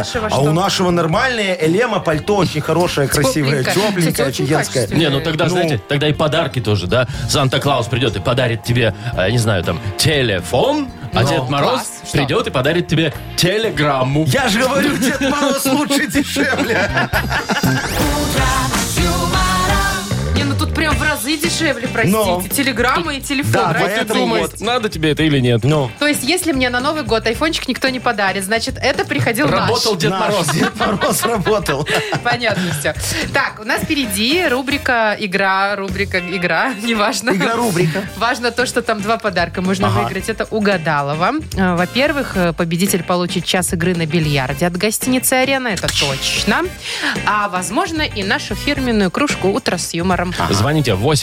Speaker 2: А у нашего
Speaker 3: А у
Speaker 2: что?
Speaker 3: нашего нормальное элема пальто очень хорошее, красивое,
Speaker 2: Тепленькое.
Speaker 3: тепленькое,
Speaker 2: Кстати, очень
Speaker 3: офигенское.
Speaker 2: качественное.
Speaker 1: Не, ну тогда,
Speaker 3: Ну.
Speaker 1: знаете, тогда и подарки тоже, да? Санта-Клаус придет и подарит тебе, а, я не знаю, там, телефон, а Дед Мороз
Speaker 2: класс. Что?
Speaker 1: придет и подарит тебе телеграмму.
Speaker 3: Я же говорю, Дед Мороз лучше дешевле.
Speaker 1: *laughs*
Speaker 2: Не, ну тут прям в разы дешевле, простите.
Speaker 3: Но.
Speaker 2: Телеграммы и телефон.
Speaker 3: Да,
Speaker 2: разница
Speaker 1: Ты
Speaker 3: поэтому
Speaker 1: думай,
Speaker 2: есть.
Speaker 3: вот.
Speaker 1: надо тебе это или нет?
Speaker 3: Ну,
Speaker 2: То есть, если мне на Новый год айфончик никто не подарит, значит, это приходил
Speaker 1: Работал А Дед
Speaker 3: наш
Speaker 1: Мороз.
Speaker 3: Дед Мороз работал.
Speaker 2: *laughs* наш. Понятно все. Так, у нас впереди рубрика «Игра», рубрика «Игра», *laughs* неважно.
Speaker 3: Игра-рубрика.
Speaker 2: Важно то, что там два подарка можно
Speaker 3: Ага.
Speaker 2: выиграть. Это угадалово. Э, Во-первых, э, победитель получит час игры на бильярде от гостиницы «Арена». Это точно. А, возможно, и нашу фирменную кружку «Утро с юмором».
Speaker 3: А.
Speaker 1: Звоните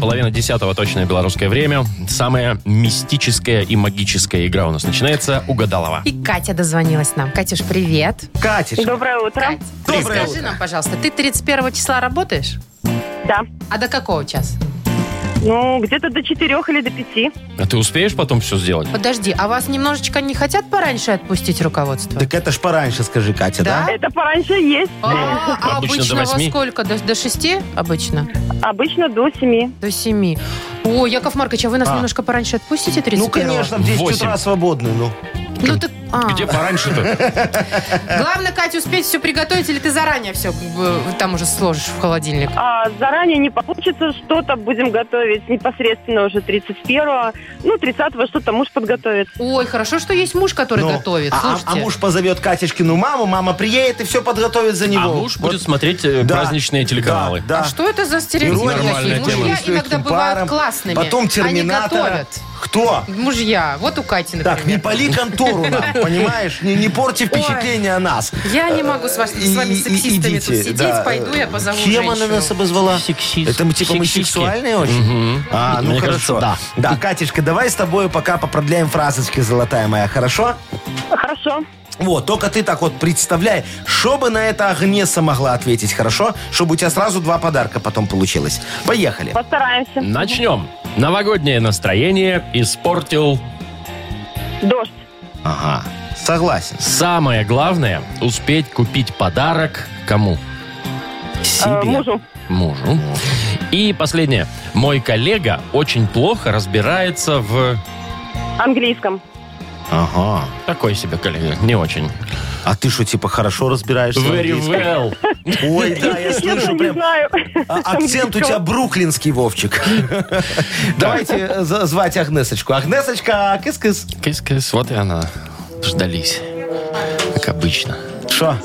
Speaker 1: Половина десятого точное белорусское время. Самая мистическая и магическая игра у нас начинается. Угадалова.
Speaker 2: И Катя дозвонилась нам. Катюш, привет.
Speaker 3: Катечка,
Speaker 7: Доброе утро.
Speaker 2: Кать,
Speaker 3: Доброе
Speaker 2: расскажи
Speaker 3: утро.
Speaker 2: нам, пожалуйста, ты 31 числа работаешь?
Speaker 7: Да.
Speaker 2: А до какого часа?
Speaker 7: Ну, где-то до четырех или до пяти.
Speaker 1: А ты успеешь потом все сделать?
Speaker 2: Подожди, а вас немножечко не хотят пораньше отпустить руководство?
Speaker 3: так это ж пораньше скажи, Катя, да?
Speaker 2: Да?
Speaker 7: Это пораньше есть.
Speaker 3: Ну,
Speaker 2: А, а
Speaker 1: Обычно до
Speaker 2: обычно во
Speaker 1: восьми.
Speaker 2: сколько? До, до шести обычно?
Speaker 7: Обычно до семи.
Speaker 2: До семи. О, Яков Маркович, а вы нас
Speaker 3: А.
Speaker 2: немножко пораньше отпустите 31
Speaker 3: Ну, конечно, в 10
Speaker 1: Восемь.
Speaker 3: утра свободны, ну.
Speaker 2: Ну, так А.
Speaker 1: Где пораньше-то?
Speaker 2: Главное, Катя, успеть все приготовить, или ты заранее все как бы, там уже сложишь в холодильник?
Speaker 7: А, заранее не получится что-то, будем готовить непосредственно уже 31-го. Ну, 30-го что-то муж подготовит.
Speaker 2: Ой, хорошо, что есть муж, который
Speaker 3: Ну,
Speaker 2: готовит.
Speaker 3: а- а-
Speaker 2: Слушайте.
Speaker 3: А, муж позовет Катюшкину маму, мама приедет и все подготовит за него.
Speaker 1: А муж
Speaker 3: Вот.
Speaker 1: будет смотреть э,
Speaker 3: Да,
Speaker 1: праздничные телеканалы.
Speaker 3: Да, да.
Speaker 2: А что это за стереотипы
Speaker 1: Ирония
Speaker 2: такие?
Speaker 1: судьбы,
Speaker 2: Мужья
Speaker 3: с
Speaker 2: иногда
Speaker 3: легким
Speaker 2: бывают
Speaker 3: паром.
Speaker 2: классными.
Speaker 3: Потом терминатора.
Speaker 2: Они готовят.
Speaker 3: Кто?
Speaker 2: Мужья. Вот у Кати, например.
Speaker 3: Так, не пали контору
Speaker 2: *laughs*
Speaker 3: нам, понимаешь? Не, не порти впечатление о нас.
Speaker 2: Я не могу с, вас- с вами
Speaker 3: И- и-
Speaker 2: сексистами тут
Speaker 3: идите,
Speaker 2: сидеть.
Speaker 3: да.
Speaker 2: Пойду я позову
Speaker 3: Чем
Speaker 2: женщину.
Speaker 3: она нас обозвала?
Speaker 1: Сексист.
Speaker 3: Это мы типа мы
Speaker 1: Сексистки.
Speaker 3: сексуальные очень? А, ну
Speaker 1: Мне
Speaker 3: хорошо.
Speaker 1: кажется,
Speaker 3: да. Да, Катюшка, давай с тобой пока попродляем фразочки, золотая моя, хорошо?
Speaker 7: Хорошо.
Speaker 3: Вот, только ты так вот представляй, что бы на это Агнеса могла ответить, хорошо? Чтобы у тебя сразу два подарка потом получилось. Поехали.
Speaker 7: Постараемся.
Speaker 1: Начнем. Новогоднее настроение испортил
Speaker 7: Дождь.
Speaker 3: Ага, согласен.
Speaker 1: самое главное – успеть купить подарок кому?
Speaker 7: Э,
Speaker 3: Себе.
Speaker 7: мужу.
Speaker 1: Мужу. И последнее. Мой коллега очень плохо разбирается в...
Speaker 7: Английском.
Speaker 3: Ага.
Speaker 1: Такой себе коллега, не очень.
Speaker 3: А ты что, типа, хорошо разбираешься? в
Speaker 1: Very
Speaker 3: английском?
Speaker 1: well.
Speaker 3: Ой, да, я
Speaker 7: Честно,
Speaker 3: слышу
Speaker 7: не
Speaker 3: прям...
Speaker 7: знаю.
Speaker 3: А- Акцент у тебя бруклинский, Вовчик. *laughs* Давайте э, за- звать Агнесочку. Агнесочка, кыс-кыс.
Speaker 1: Кыс-кыс, вот и она. Ждались. Как обычно.
Speaker 3: Что?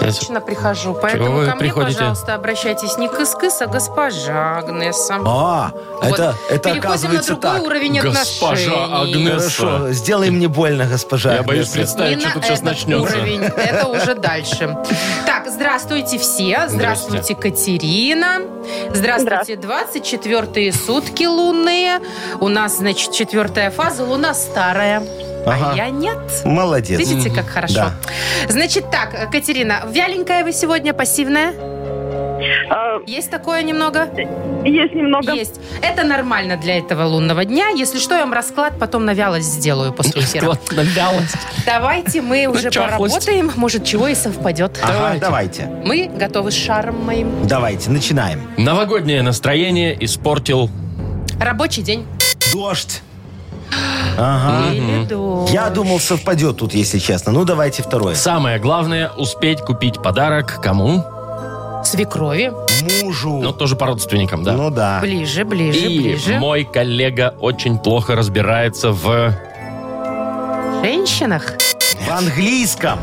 Speaker 1: Это-
Speaker 2: Обычно прихожу, поэтому
Speaker 1: вы
Speaker 2: ко мне,
Speaker 1: приходите?
Speaker 2: пожалуйста, обращайтесь не кыс-кыс, а госпожа Агнеса.
Speaker 3: А,
Speaker 2: Вот.
Speaker 3: это, это
Speaker 2: Переходим на
Speaker 3: оказывается
Speaker 2: другой
Speaker 3: так. Ну,
Speaker 2: уровень
Speaker 1: Госпожа
Speaker 2: отношений.
Speaker 1: Агнеса.
Speaker 3: Хорошо, сделай мне больно, госпожа
Speaker 1: Я боюсь
Speaker 3: Агнеса.
Speaker 1: представить,
Speaker 2: Не
Speaker 1: что
Speaker 2: на
Speaker 1: тут сейчас
Speaker 2: этот
Speaker 1: начнется.
Speaker 2: уровень, это уже дальше. Так, здравствуйте все. Здравствуйте, Катерина. Здравствуйте, 24 сутки лунные. У нас, значит, четвертая фаза, луна старая. А
Speaker 3: Ага.
Speaker 2: я нет.
Speaker 3: Молодец.
Speaker 2: Видите, как хорошо.
Speaker 3: Да.
Speaker 2: Значит так, Катерина, вяленькая вы сегодня, пассивная?
Speaker 7: Э,
Speaker 2: Есть такое немного?
Speaker 7: Есть немного.
Speaker 2: Есть. Это нормально для этого лунного дня. Если что, я вам расклад потом на вялость сделаю после эфира.
Speaker 1: Расклад на вялость.
Speaker 2: Давайте мы уже
Speaker 1: чахлость.
Speaker 2: поработаем. Может, чего и совпадет.
Speaker 1: А.
Speaker 3: Ага, давайте.
Speaker 2: Мы готовы с шаром моим.
Speaker 3: Давайте, начинаем.
Speaker 1: Новогоднее настроение испортил
Speaker 2: Рабочий день.
Speaker 3: Дождь. Ага.
Speaker 2: Или до-
Speaker 3: Я думал, совпадет тут, если честно. Ну, давайте второе.
Speaker 1: Самое главное – успеть купить подарок кому?
Speaker 2: Свекрови.
Speaker 1: Ну,
Speaker 3: Мужу.
Speaker 1: тоже по родственникам, да.
Speaker 3: Ну, да.
Speaker 2: Ближе, ближе,
Speaker 1: И
Speaker 2: ближе.
Speaker 1: мой коллега очень плохо разбирается в...
Speaker 2: В женщинах
Speaker 3: В английском.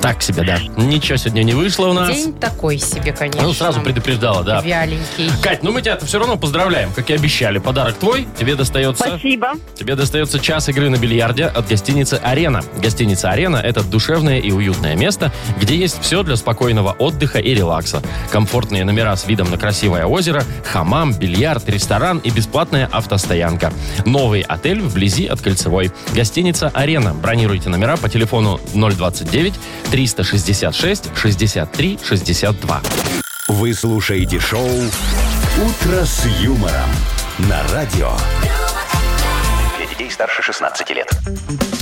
Speaker 1: Так себе, да. Ничего сегодня не вышло у нас.
Speaker 2: день такой себе, конечно.
Speaker 1: Ну, сразу предупреждала, да.
Speaker 2: Вяленький.
Speaker 1: Кать, ну мы тебя все равно поздравляем, как и обещали. Подарок твой, тебе достается...
Speaker 7: Спасибо.
Speaker 1: Тебе достается час игры на бильярде от гостиницы «Арена». Гостиница «Арена» — это душевное и уютное место, где есть все для спокойного отдыха и релакса. Комфортные номера с видом на красивое озеро, хамам, бильярд, ресторан и бесплатная автостоянка. Новый отель вблизи от Кольцевой. Гостиница «Арена». Бронируйте номера по телефону 029 366 63 62.
Speaker 4: Вы слушаете шоу «Утро с юмором» на радио.
Speaker 6: Для детей старше 16 лет.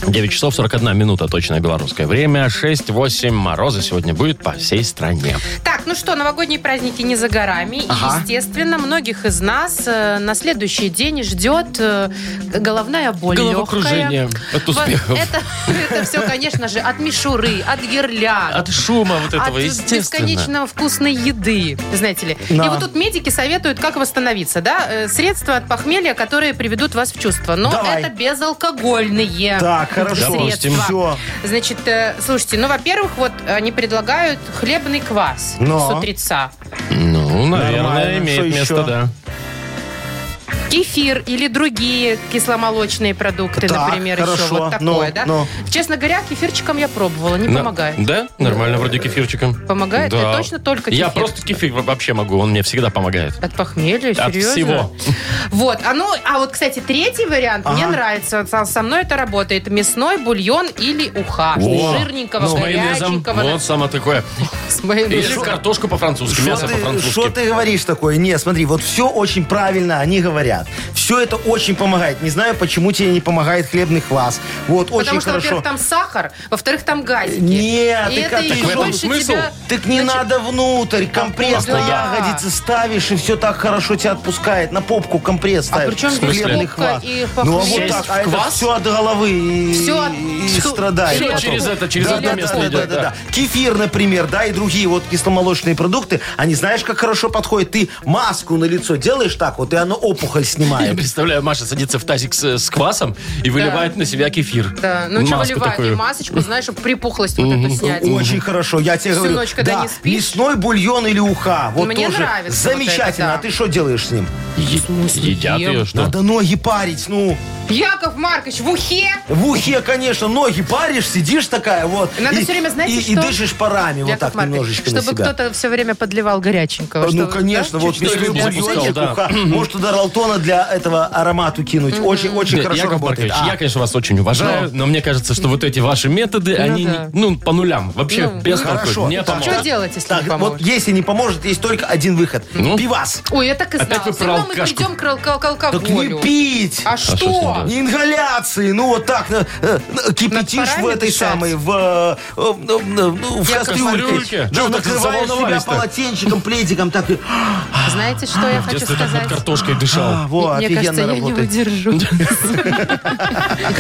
Speaker 1: 9 часов 41 минута, точное белорусское время. 6-8 мороза сегодня будет по всей стране.
Speaker 2: Так, ну что, новогодние праздники не за горами. И, естественно, многих из нас э, на следующий день ждет э, головная боль
Speaker 1: Головокружение
Speaker 2: легкая.
Speaker 1: от
Speaker 2: Вот
Speaker 1: успехов.
Speaker 2: это, *laughs* это все, конечно же, от мишуры, от гирлянд.
Speaker 1: От шума вот этого,
Speaker 2: от
Speaker 1: естественно.
Speaker 2: бесконечно вкусной еды, знаете ли. И
Speaker 3: Да.
Speaker 2: вот тут медики советуют, как восстановиться, да? Э, Средства от похмелья, которые приведут вас в чувство. Но
Speaker 3: Давай.
Speaker 2: это безалкогольные.
Speaker 3: Так, хорошо.
Speaker 1: Допустим.
Speaker 2: Средства.
Speaker 3: Все.
Speaker 2: Значит, э, слушайте, ну, во-первых, вот они предлагают хлебный квас
Speaker 3: Но.
Speaker 2: с утреца.
Speaker 1: Ну, наверное,
Speaker 3: Нормально.
Speaker 1: имеет
Speaker 3: Что еще?
Speaker 1: место, да.
Speaker 2: Кефир или другие кисломолочные продукты,
Speaker 3: Так,
Speaker 2: например, еще
Speaker 3: хорошо.
Speaker 2: вот такое,
Speaker 3: Ну,
Speaker 2: да?
Speaker 3: ну.
Speaker 2: Честно говоря, кефирчиком я пробовала, не
Speaker 1: На-
Speaker 2: помогает.
Speaker 1: Да? Нормально, вроде кефирчиком.
Speaker 2: Помогает?
Speaker 1: Да.
Speaker 2: Ты точно только
Speaker 1: Я
Speaker 2: кефир?
Speaker 1: просто кефир вообще могу, он мне всегда помогает.
Speaker 2: От похмелья,
Speaker 1: От
Speaker 2: серьезно?
Speaker 1: всего.
Speaker 2: Вот, а ну, а вот, кстати, третий вариант мне
Speaker 3: Ага.
Speaker 2: нравится. Со, со мной это работает. Мясной бульон или уха.
Speaker 1: Во. Ну,
Speaker 2: Жирненького,
Speaker 3: Ну,
Speaker 1: С майонезом.
Speaker 2: горяченького.
Speaker 1: Вот самое
Speaker 2: *laughs*
Speaker 1: такое.
Speaker 2: С
Speaker 1: Или
Speaker 2: майонезом.
Speaker 1: картошку по-французски,
Speaker 3: Что
Speaker 1: мясо
Speaker 3: ты, что
Speaker 1: по-французски.
Speaker 3: ты говоришь такое? Не, смотри, вот все очень правильно они говорят. Все это очень помогает. Не знаю, почему тебе не помогает хлебный квас. Вот, очень
Speaker 2: Потому что,
Speaker 3: хорошо.
Speaker 2: во-первых, там сахар, во-вых, там газики.
Speaker 3: Нет,
Speaker 2: и
Speaker 3: ты
Speaker 2: это
Speaker 3: как- Так в
Speaker 2: еще
Speaker 3: этом
Speaker 2: больше
Speaker 1: смысл?
Speaker 2: тебя...
Speaker 3: Так не
Speaker 2: Значит,
Speaker 3: надо внутрь, компресс
Speaker 2: Да.
Speaker 3: на ягодицы ставишь, и все так хорошо тебя отпускает. На попку компресс ставишь.
Speaker 2: А при чем здесь
Speaker 3: Хлебный
Speaker 2: попка
Speaker 3: квас.
Speaker 2: и
Speaker 3: Ну а
Speaker 2: похлеб?
Speaker 3: вот так, а это
Speaker 1: Квас?
Speaker 3: все от головы и,
Speaker 2: Всё от-
Speaker 3: и
Speaker 2: всё-
Speaker 3: страдает.
Speaker 2: всё
Speaker 3: потом.
Speaker 1: через это, через
Speaker 3: да,
Speaker 1: одно
Speaker 3: да,
Speaker 1: место
Speaker 3: да,
Speaker 1: идет,
Speaker 3: да,
Speaker 1: да.
Speaker 3: да, да. Кефир, например, да, и другие вот кисломолочные продукты, они знаешь, как хорошо подходят? Ты маску на лицо делаешь так вот, и оно опухоль
Speaker 1: А, Я
Speaker 3: снимает.
Speaker 1: представляю, Маша садится в тазик с, с квасом и выливает на себя кефир.
Speaker 2: Да, ну что
Speaker 1: Маску
Speaker 2: выливать,
Speaker 1: такую.
Speaker 2: и масочку, знаешь, чтобы припухлость вот эту снять.
Speaker 3: Очень хорошо, я тебе
Speaker 2: Всю
Speaker 3: говорю.
Speaker 2: ночь, когда
Speaker 3: да,
Speaker 2: не спишь.
Speaker 3: мясной бульон или уха, вот
Speaker 2: Мне
Speaker 3: тоже
Speaker 2: нравится вот это,
Speaker 3: замечательно.
Speaker 2: да.
Speaker 3: А ты что делаешь с ним?
Speaker 1: Е- едят
Speaker 2: ем?
Speaker 1: ее, что?
Speaker 3: Надо ноги парить, ну.
Speaker 2: Яков Маркович, в ухе!
Speaker 3: В ухе, конечно, ноги паришь, сидишь такая вот.
Speaker 2: Надо
Speaker 3: и,
Speaker 2: всё время, знаете,
Speaker 3: и, и
Speaker 2: что?
Speaker 3: дышишь парами вот
Speaker 2: Яков
Speaker 3: так
Speaker 2: Маркович,
Speaker 3: немножечко на
Speaker 2: чтобы
Speaker 3: себя.
Speaker 2: кто-то все время подливал горяченького.
Speaker 3: Ну,
Speaker 2: чтобы,
Speaker 3: конечно,
Speaker 2: да,
Speaker 3: вот
Speaker 2: чуть-чуть.
Speaker 3: мясной
Speaker 1: не запускал,
Speaker 3: бульончик,
Speaker 1: да.
Speaker 3: уха. Может, туда ролтона для этого аромату кинуть. Очень, очень
Speaker 1: Нет,
Speaker 3: хорошо
Speaker 1: Яков
Speaker 3: работает.
Speaker 1: Маркович,
Speaker 3: А,
Speaker 1: я, конечно, вас очень уважаю, но мне кажется, что вот эти ваши методы, они не-
Speaker 2: да.
Speaker 1: ну, по нулям. Вообще
Speaker 2: Ну,
Speaker 1: без толку.
Speaker 3: хорошо.
Speaker 1: Не
Speaker 3: Так,
Speaker 1: помогут.
Speaker 2: Что делать, если
Speaker 3: так,
Speaker 2: не поможет?
Speaker 3: вот если не поможет, есть только один выход.
Speaker 1: Ну?
Speaker 3: Пивас.
Speaker 2: Ой, я так и
Speaker 1: Опять
Speaker 2: знала.
Speaker 1: вы
Speaker 2: Все
Speaker 1: про
Speaker 2: равно мы
Speaker 1: алкашку.
Speaker 2: придем к, ал- к ал- к алкоголю.
Speaker 3: Так не пить.
Speaker 2: А
Speaker 1: что с ним
Speaker 2: что?
Speaker 1: делать?
Speaker 3: Не Ингаляции, ну вот так э, э, кипятишь в
Speaker 2: парами
Speaker 3: этой
Speaker 2: дышать?
Speaker 3: самой, в, э, э, э, ну, в
Speaker 1: Я в кастрюльке.
Speaker 3: кастрюльке.
Speaker 1: Чего
Speaker 3: Да,
Speaker 1: вы так
Speaker 3: накрываешь себя
Speaker 1: заволновались-то?
Speaker 3: полотенчиком, пледиком, так и...
Speaker 2: Знаете, что я
Speaker 1: В
Speaker 2: хочу
Speaker 1: детстве так над
Speaker 2: сказать?
Speaker 1: картошкой дышал.
Speaker 3: А, во,
Speaker 2: Мне кажется,
Speaker 3: офигенно
Speaker 2: я не
Speaker 3: работает.
Speaker 2: удержу.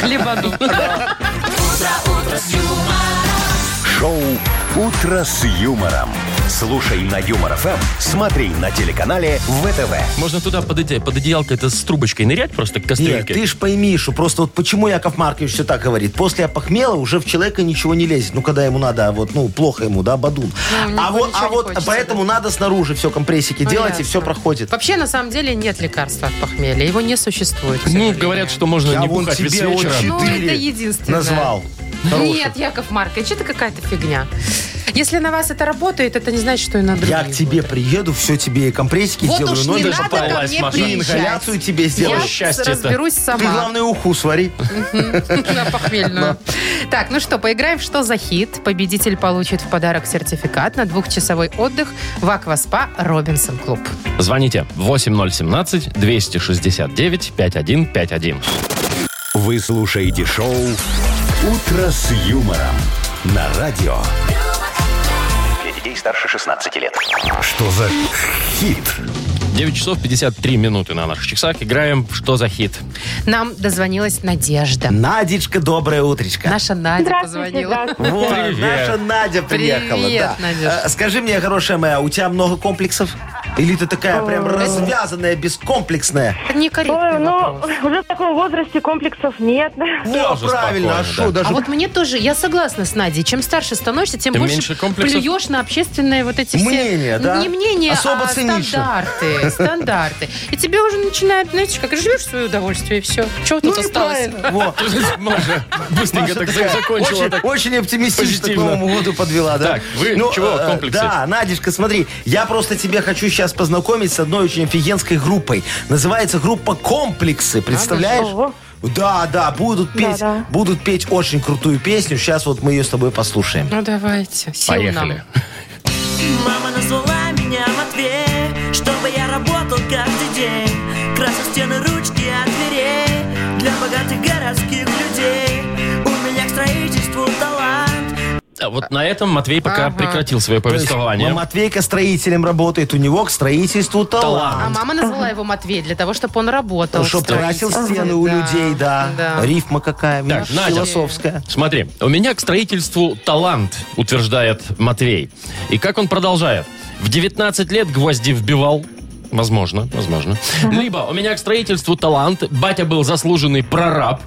Speaker 2: Хлебану.
Speaker 4: Шоу «Утро с юмором». Слушай на Юмор ФМ, смотри на телеканале ВТВ.
Speaker 1: Можно туда под, эти- под одеялко это с трубочкой нырять просто к
Speaker 3: Нет,
Speaker 1: кастрюльке.
Speaker 3: ты ж пойми, что просто вот почему Яков Маркович все так говорит. После опохмела уже в человека ничего не лезет. Ну, когда ему надо, вот, ну, плохо ему, да, бадун.
Speaker 2: Ну,
Speaker 3: а
Speaker 2: ничего
Speaker 3: вот, а
Speaker 2: не
Speaker 3: вот
Speaker 2: хочется, Ну,
Speaker 3: поэтому надо снаружи все компрессики делать, и
Speaker 2: Понятно.
Speaker 3: все проходит.
Speaker 2: Вообще, на самом деле, нет лекарства от похмелья. Его не существует. к
Speaker 1: Ну,
Speaker 2: сожалению.
Speaker 1: говорят, что можно
Speaker 3: Я
Speaker 1: не
Speaker 3: А вон
Speaker 1: бухать весь
Speaker 3: тебе вот
Speaker 1: вечера.
Speaker 3: щи-
Speaker 2: Ну,
Speaker 3: четыре
Speaker 2: это единственное.
Speaker 3: Назвал.
Speaker 2: Нет, Яков Маркович, это какая-то фигня. Если на вас это работает, это не значит, что и на других.
Speaker 3: Я к тебе
Speaker 2: будет.
Speaker 3: Ну, приеду, все тебе и компрессики
Speaker 2: Вот
Speaker 3: сделаю.
Speaker 2: уж
Speaker 3: но
Speaker 2: не
Speaker 3: даже
Speaker 2: надо
Speaker 3: пару.
Speaker 2: ко
Speaker 1: попалась,
Speaker 2: мне
Speaker 1: Маша.
Speaker 3: И
Speaker 2: приезжать.
Speaker 3: ингаляцию тебе
Speaker 2: Я
Speaker 3: сделаю.
Speaker 1: счастье-то.
Speaker 2: разберусь
Speaker 3: Ты,
Speaker 2: сама.
Speaker 3: главное, уху свари.
Speaker 2: *laughs* на похмельную. Так, ну что, поиграем в «Что за хит?». Победитель получит в подарок сертификат на двухчасовой отдых в Акваспа «Робинсон Клуб».
Speaker 1: Звоните 8017-269-5151.
Speaker 4: Вы слушаете шоу «Утро с юмором» на радио.
Speaker 6: Для детей старше 16 лет.
Speaker 4: Что за хит?
Speaker 1: 9 часов 53 минуты на наших часах. Играем в «Что за хит?».
Speaker 2: Нам дозвонилась Надежда.
Speaker 3: Надечка, доброе утречко.
Speaker 2: Наша Надя
Speaker 7: Здравствуйте,
Speaker 2: позвонила.
Speaker 7: здравствуйте.
Speaker 3: Вот,
Speaker 1: Привет.
Speaker 3: наша Надя приехала.
Speaker 2: Привет,
Speaker 3: да.
Speaker 2: Надюш.
Speaker 3: Э, Скажи мне, хорошая моя, у тебя много комплексов? Или ты такая прям
Speaker 1: Э.
Speaker 3: развязанная, бескомплексная?
Speaker 2: *laughs* Это некорректный
Speaker 7: Ой, ну,
Speaker 2: вопрос.
Speaker 7: уже в таком возрасте комплексов нет.
Speaker 3: Во,
Speaker 1: Тоже
Speaker 3: правильно,
Speaker 1: спокойно,
Speaker 3: а что,
Speaker 2: А
Speaker 3: даже...
Speaker 2: вот мне тоже, я согласна с Надей, чем старше становишься, тем
Speaker 1: Тем
Speaker 2: больше
Speaker 1: меньше комплексов?
Speaker 2: плюешь на общественные вот эти
Speaker 3: Мнения,
Speaker 2: все...
Speaker 3: да?
Speaker 2: Не мнения,
Speaker 3: Особо
Speaker 2: а
Speaker 3: цинично. *laughs*
Speaker 2: стандарты. Стандарты. И тебе уже начинает, знаете, как живешь в свое удовольствие, и все. Чего тут
Speaker 3: Ну и
Speaker 2: осталось?
Speaker 3: правильно.
Speaker 1: *laughs*
Speaker 3: Во.
Speaker 1: Маша быстренько
Speaker 3: Маша
Speaker 1: так
Speaker 3: такая
Speaker 1: закончила.
Speaker 3: Очень,
Speaker 1: так.
Speaker 3: очень оптимистично к
Speaker 1: позитивно.
Speaker 3: Новому году подвела, да?
Speaker 1: Так, вы чего в
Speaker 3: э,
Speaker 1: комплексе?
Speaker 3: Да, Надюшка, смотри, я просто тебе хочу сейчас познакомить с одной очень офигенской группой. Называется группа «Комплексы», представляешь?
Speaker 7: Ого.
Speaker 3: Да, да, будут петь,
Speaker 7: Да-да.
Speaker 3: будут петь очень крутую песню. Сейчас вот мы ее с тобой послушаем.
Speaker 2: Ну давайте, сил
Speaker 1: Поехали.
Speaker 9: Мама назвала меня Матвей Чтобы я работал каждый день Крашу стены, ручки от дверей Для богатых городских людей У меня к строительству талант
Speaker 1: А вот на этом Матвей пока
Speaker 2: Ага.
Speaker 1: прекратил свое
Speaker 3: То есть
Speaker 1: повествование.
Speaker 3: Матвейка строителем работает, у него к строительству талант.
Speaker 2: А мама назвала его Матвей для того, чтобы он работал.
Speaker 3: Чтоб красил
Speaker 2: Строитель.
Speaker 3: стены у
Speaker 2: Да,
Speaker 3: людей, да.
Speaker 2: да.
Speaker 3: Рифма какая, Миш,
Speaker 1: Так, Надя.
Speaker 3: философская.
Speaker 1: Смотри, у меня к строительству талант, утверждает Матвей. И как он продолжает? В 19 лет гвозди вбивал. Возможно, возможно. Либо у меня к строительству талант, батя был заслуженный прораб.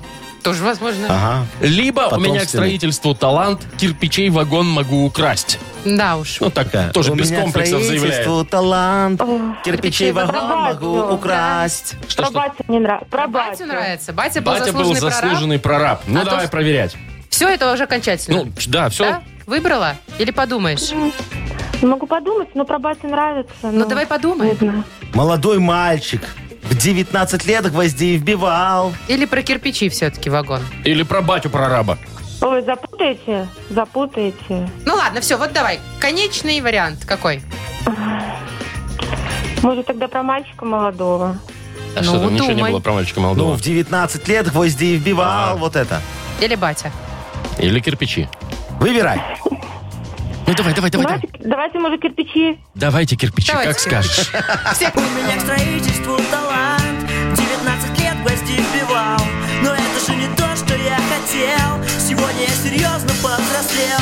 Speaker 2: Тоже возможно.
Speaker 3: Ага.
Speaker 1: Либо у меня
Speaker 3: Потомственный.
Speaker 1: к строительству талант, кирпичей вагон могу украсть.
Speaker 2: Да уж.
Speaker 1: Ну так,
Speaker 3: Да.
Speaker 1: тоже
Speaker 3: У
Speaker 1: без
Speaker 3: меня
Speaker 1: комплексов заявляет.
Speaker 3: строительству талант, кирпичей
Speaker 2: Кирпичей
Speaker 3: вагон
Speaker 7: вагон
Speaker 3: могу
Speaker 7: могу, да.
Speaker 3: украсть.
Speaker 1: Что,
Speaker 7: Про
Speaker 1: что?
Speaker 7: батю не нравится. Про
Speaker 2: Батю
Speaker 7: батю.
Speaker 2: А нравится. Батя был
Speaker 1: Батя был
Speaker 2: заслуженный,
Speaker 1: заслуженный прораб. Ну
Speaker 2: А то
Speaker 1: давай
Speaker 2: ж-
Speaker 1: проверять.
Speaker 2: Все, это уже окончательно.
Speaker 1: Ну, да, все.
Speaker 2: да? Выбрала? Или подумаешь?
Speaker 7: Могу подумать, но про батю нравится.
Speaker 2: Ну, давай подумай.
Speaker 7: Не знаю.
Speaker 3: Молодой мальчик в 19 лет гвоздей вбивал.
Speaker 2: Или про кирпичи все-таки вагон.
Speaker 1: Или про батю прораба.
Speaker 7: Ой, запутаете? Запутаете.
Speaker 2: Ну ладно, все, вот давай. Конечный вариант какой?
Speaker 7: Может, тогда про мальчика молодого.
Speaker 1: А что
Speaker 2: Ну,
Speaker 1: там, ничего не
Speaker 2: думай.
Speaker 1: было про мальчика
Speaker 3: Ну,
Speaker 1: молодого?
Speaker 3: в 19 лет гвозди и вбивал, вот это.
Speaker 2: Или батя.
Speaker 1: Или кирпичи?
Speaker 3: Выбирай.
Speaker 1: Ну, давай, давай, давай. давай.
Speaker 7: Давайте, давайте, может, кирпичи.
Speaker 1: Давайте кирпичи,
Speaker 2: Давайте
Speaker 1: как скажешь.
Speaker 9: У меня к строительству талант 19 лет гвозди вбивал Но это же не то, что я хотел Сегодня я серьезно повзрослел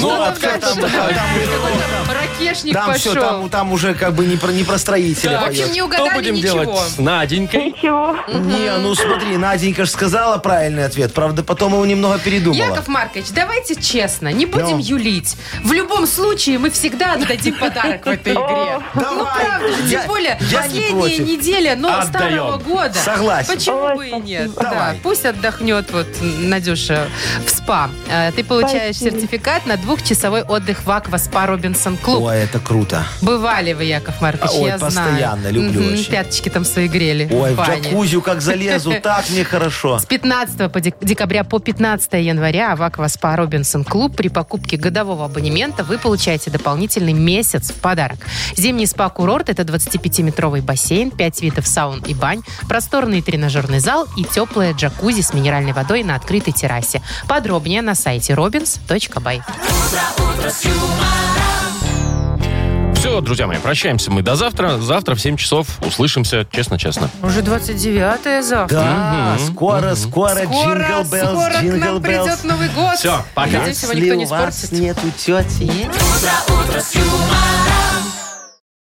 Speaker 3: Ну, вот как там, там,
Speaker 2: *laughs* Ракешник
Speaker 3: там все, там,
Speaker 2: пошел.
Speaker 3: там уже как бы не про, не про строителя
Speaker 2: Так. В общем,
Speaker 3: поет.
Speaker 2: не
Speaker 1: Что
Speaker 2: угадали
Speaker 1: будем
Speaker 2: ничего.
Speaker 1: делать с Наденькой?
Speaker 7: Ничего.
Speaker 3: Не, ну смотри, Наденька же сказала правильный ответ. Правда, потом его немного передумала.
Speaker 2: Яков Маркович, давайте честно, не будем
Speaker 3: Ну.
Speaker 2: юлить. В любом случае мы всегда отдадим подарок в этой игре. Ну
Speaker 3: Давай.
Speaker 2: правда же,
Speaker 3: Я-
Speaker 2: тем более
Speaker 3: я не
Speaker 2: последняя
Speaker 3: против.
Speaker 2: неделя, но
Speaker 1: Отдаем.
Speaker 2: старого года.
Speaker 3: Согласен.
Speaker 2: Почему
Speaker 7: Ой,
Speaker 2: бы и нет?
Speaker 3: спасибо.
Speaker 2: Да,
Speaker 3: Давай.
Speaker 2: пусть отдохнет вот Надюша в СПА. Э, Ты получаешь
Speaker 7: Спасибо.
Speaker 2: сертификат на двухчасовой отдых в Аква СПА Робинсон Клуб.
Speaker 3: Ой, это круто.
Speaker 2: Бывали вы, Яков Маркович,
Speaker 3: А, ой,
Speaker 2: я
Speaker 3: постоянно,
Speaker 2: знаю.
Speaker 3: люблю
Speaker 2: Мгм,
Speaker 3: очень.
Speaker 2: Пяточки там свои грели.
Speaker 3: Ой,
Speaker 2: в
Speaker 3: в
Speaker 2: бане.
Speaker 3: джакузи как залезу,
Speaker 2: *laughs*
Speaker 3: так мне хорошо.
Speaker 2: С 15 по дек- декабря по 15 января в Акваспа Робинсон Клуб при покупке годового абонемента вы получаете дополнительный месяц в подарок. Зимний спа-курорт – это 25-метровый бассейн, 5 видов саун и бань, просторный тренажерный зал и теплое джакузи с минеральной водой на открытой террасе. Подробнее на сайте robins.by.
Speaker 1: Все, друзья мои, прощаемся мы до завтра. Завтра в 7 часов услышимся, честно-честно.
Speaker 2: Уже 29 завтра.
Speaker 3: Да, скоро, скоро,
Speaker 2: Скоро, скоро
Speaker 3: джингл беллс,
Speaker 2: к
Speaker 3: джингл
Speaker 2: нам придет
Speaker 3: беллс.
Speaker 2: Новый год.
Speaker 1: Все, пока.
Speaker 2: Надеюсь, его никто не испортит.
Speaker 3: нету тети,
Speaker 9: Утро с юмором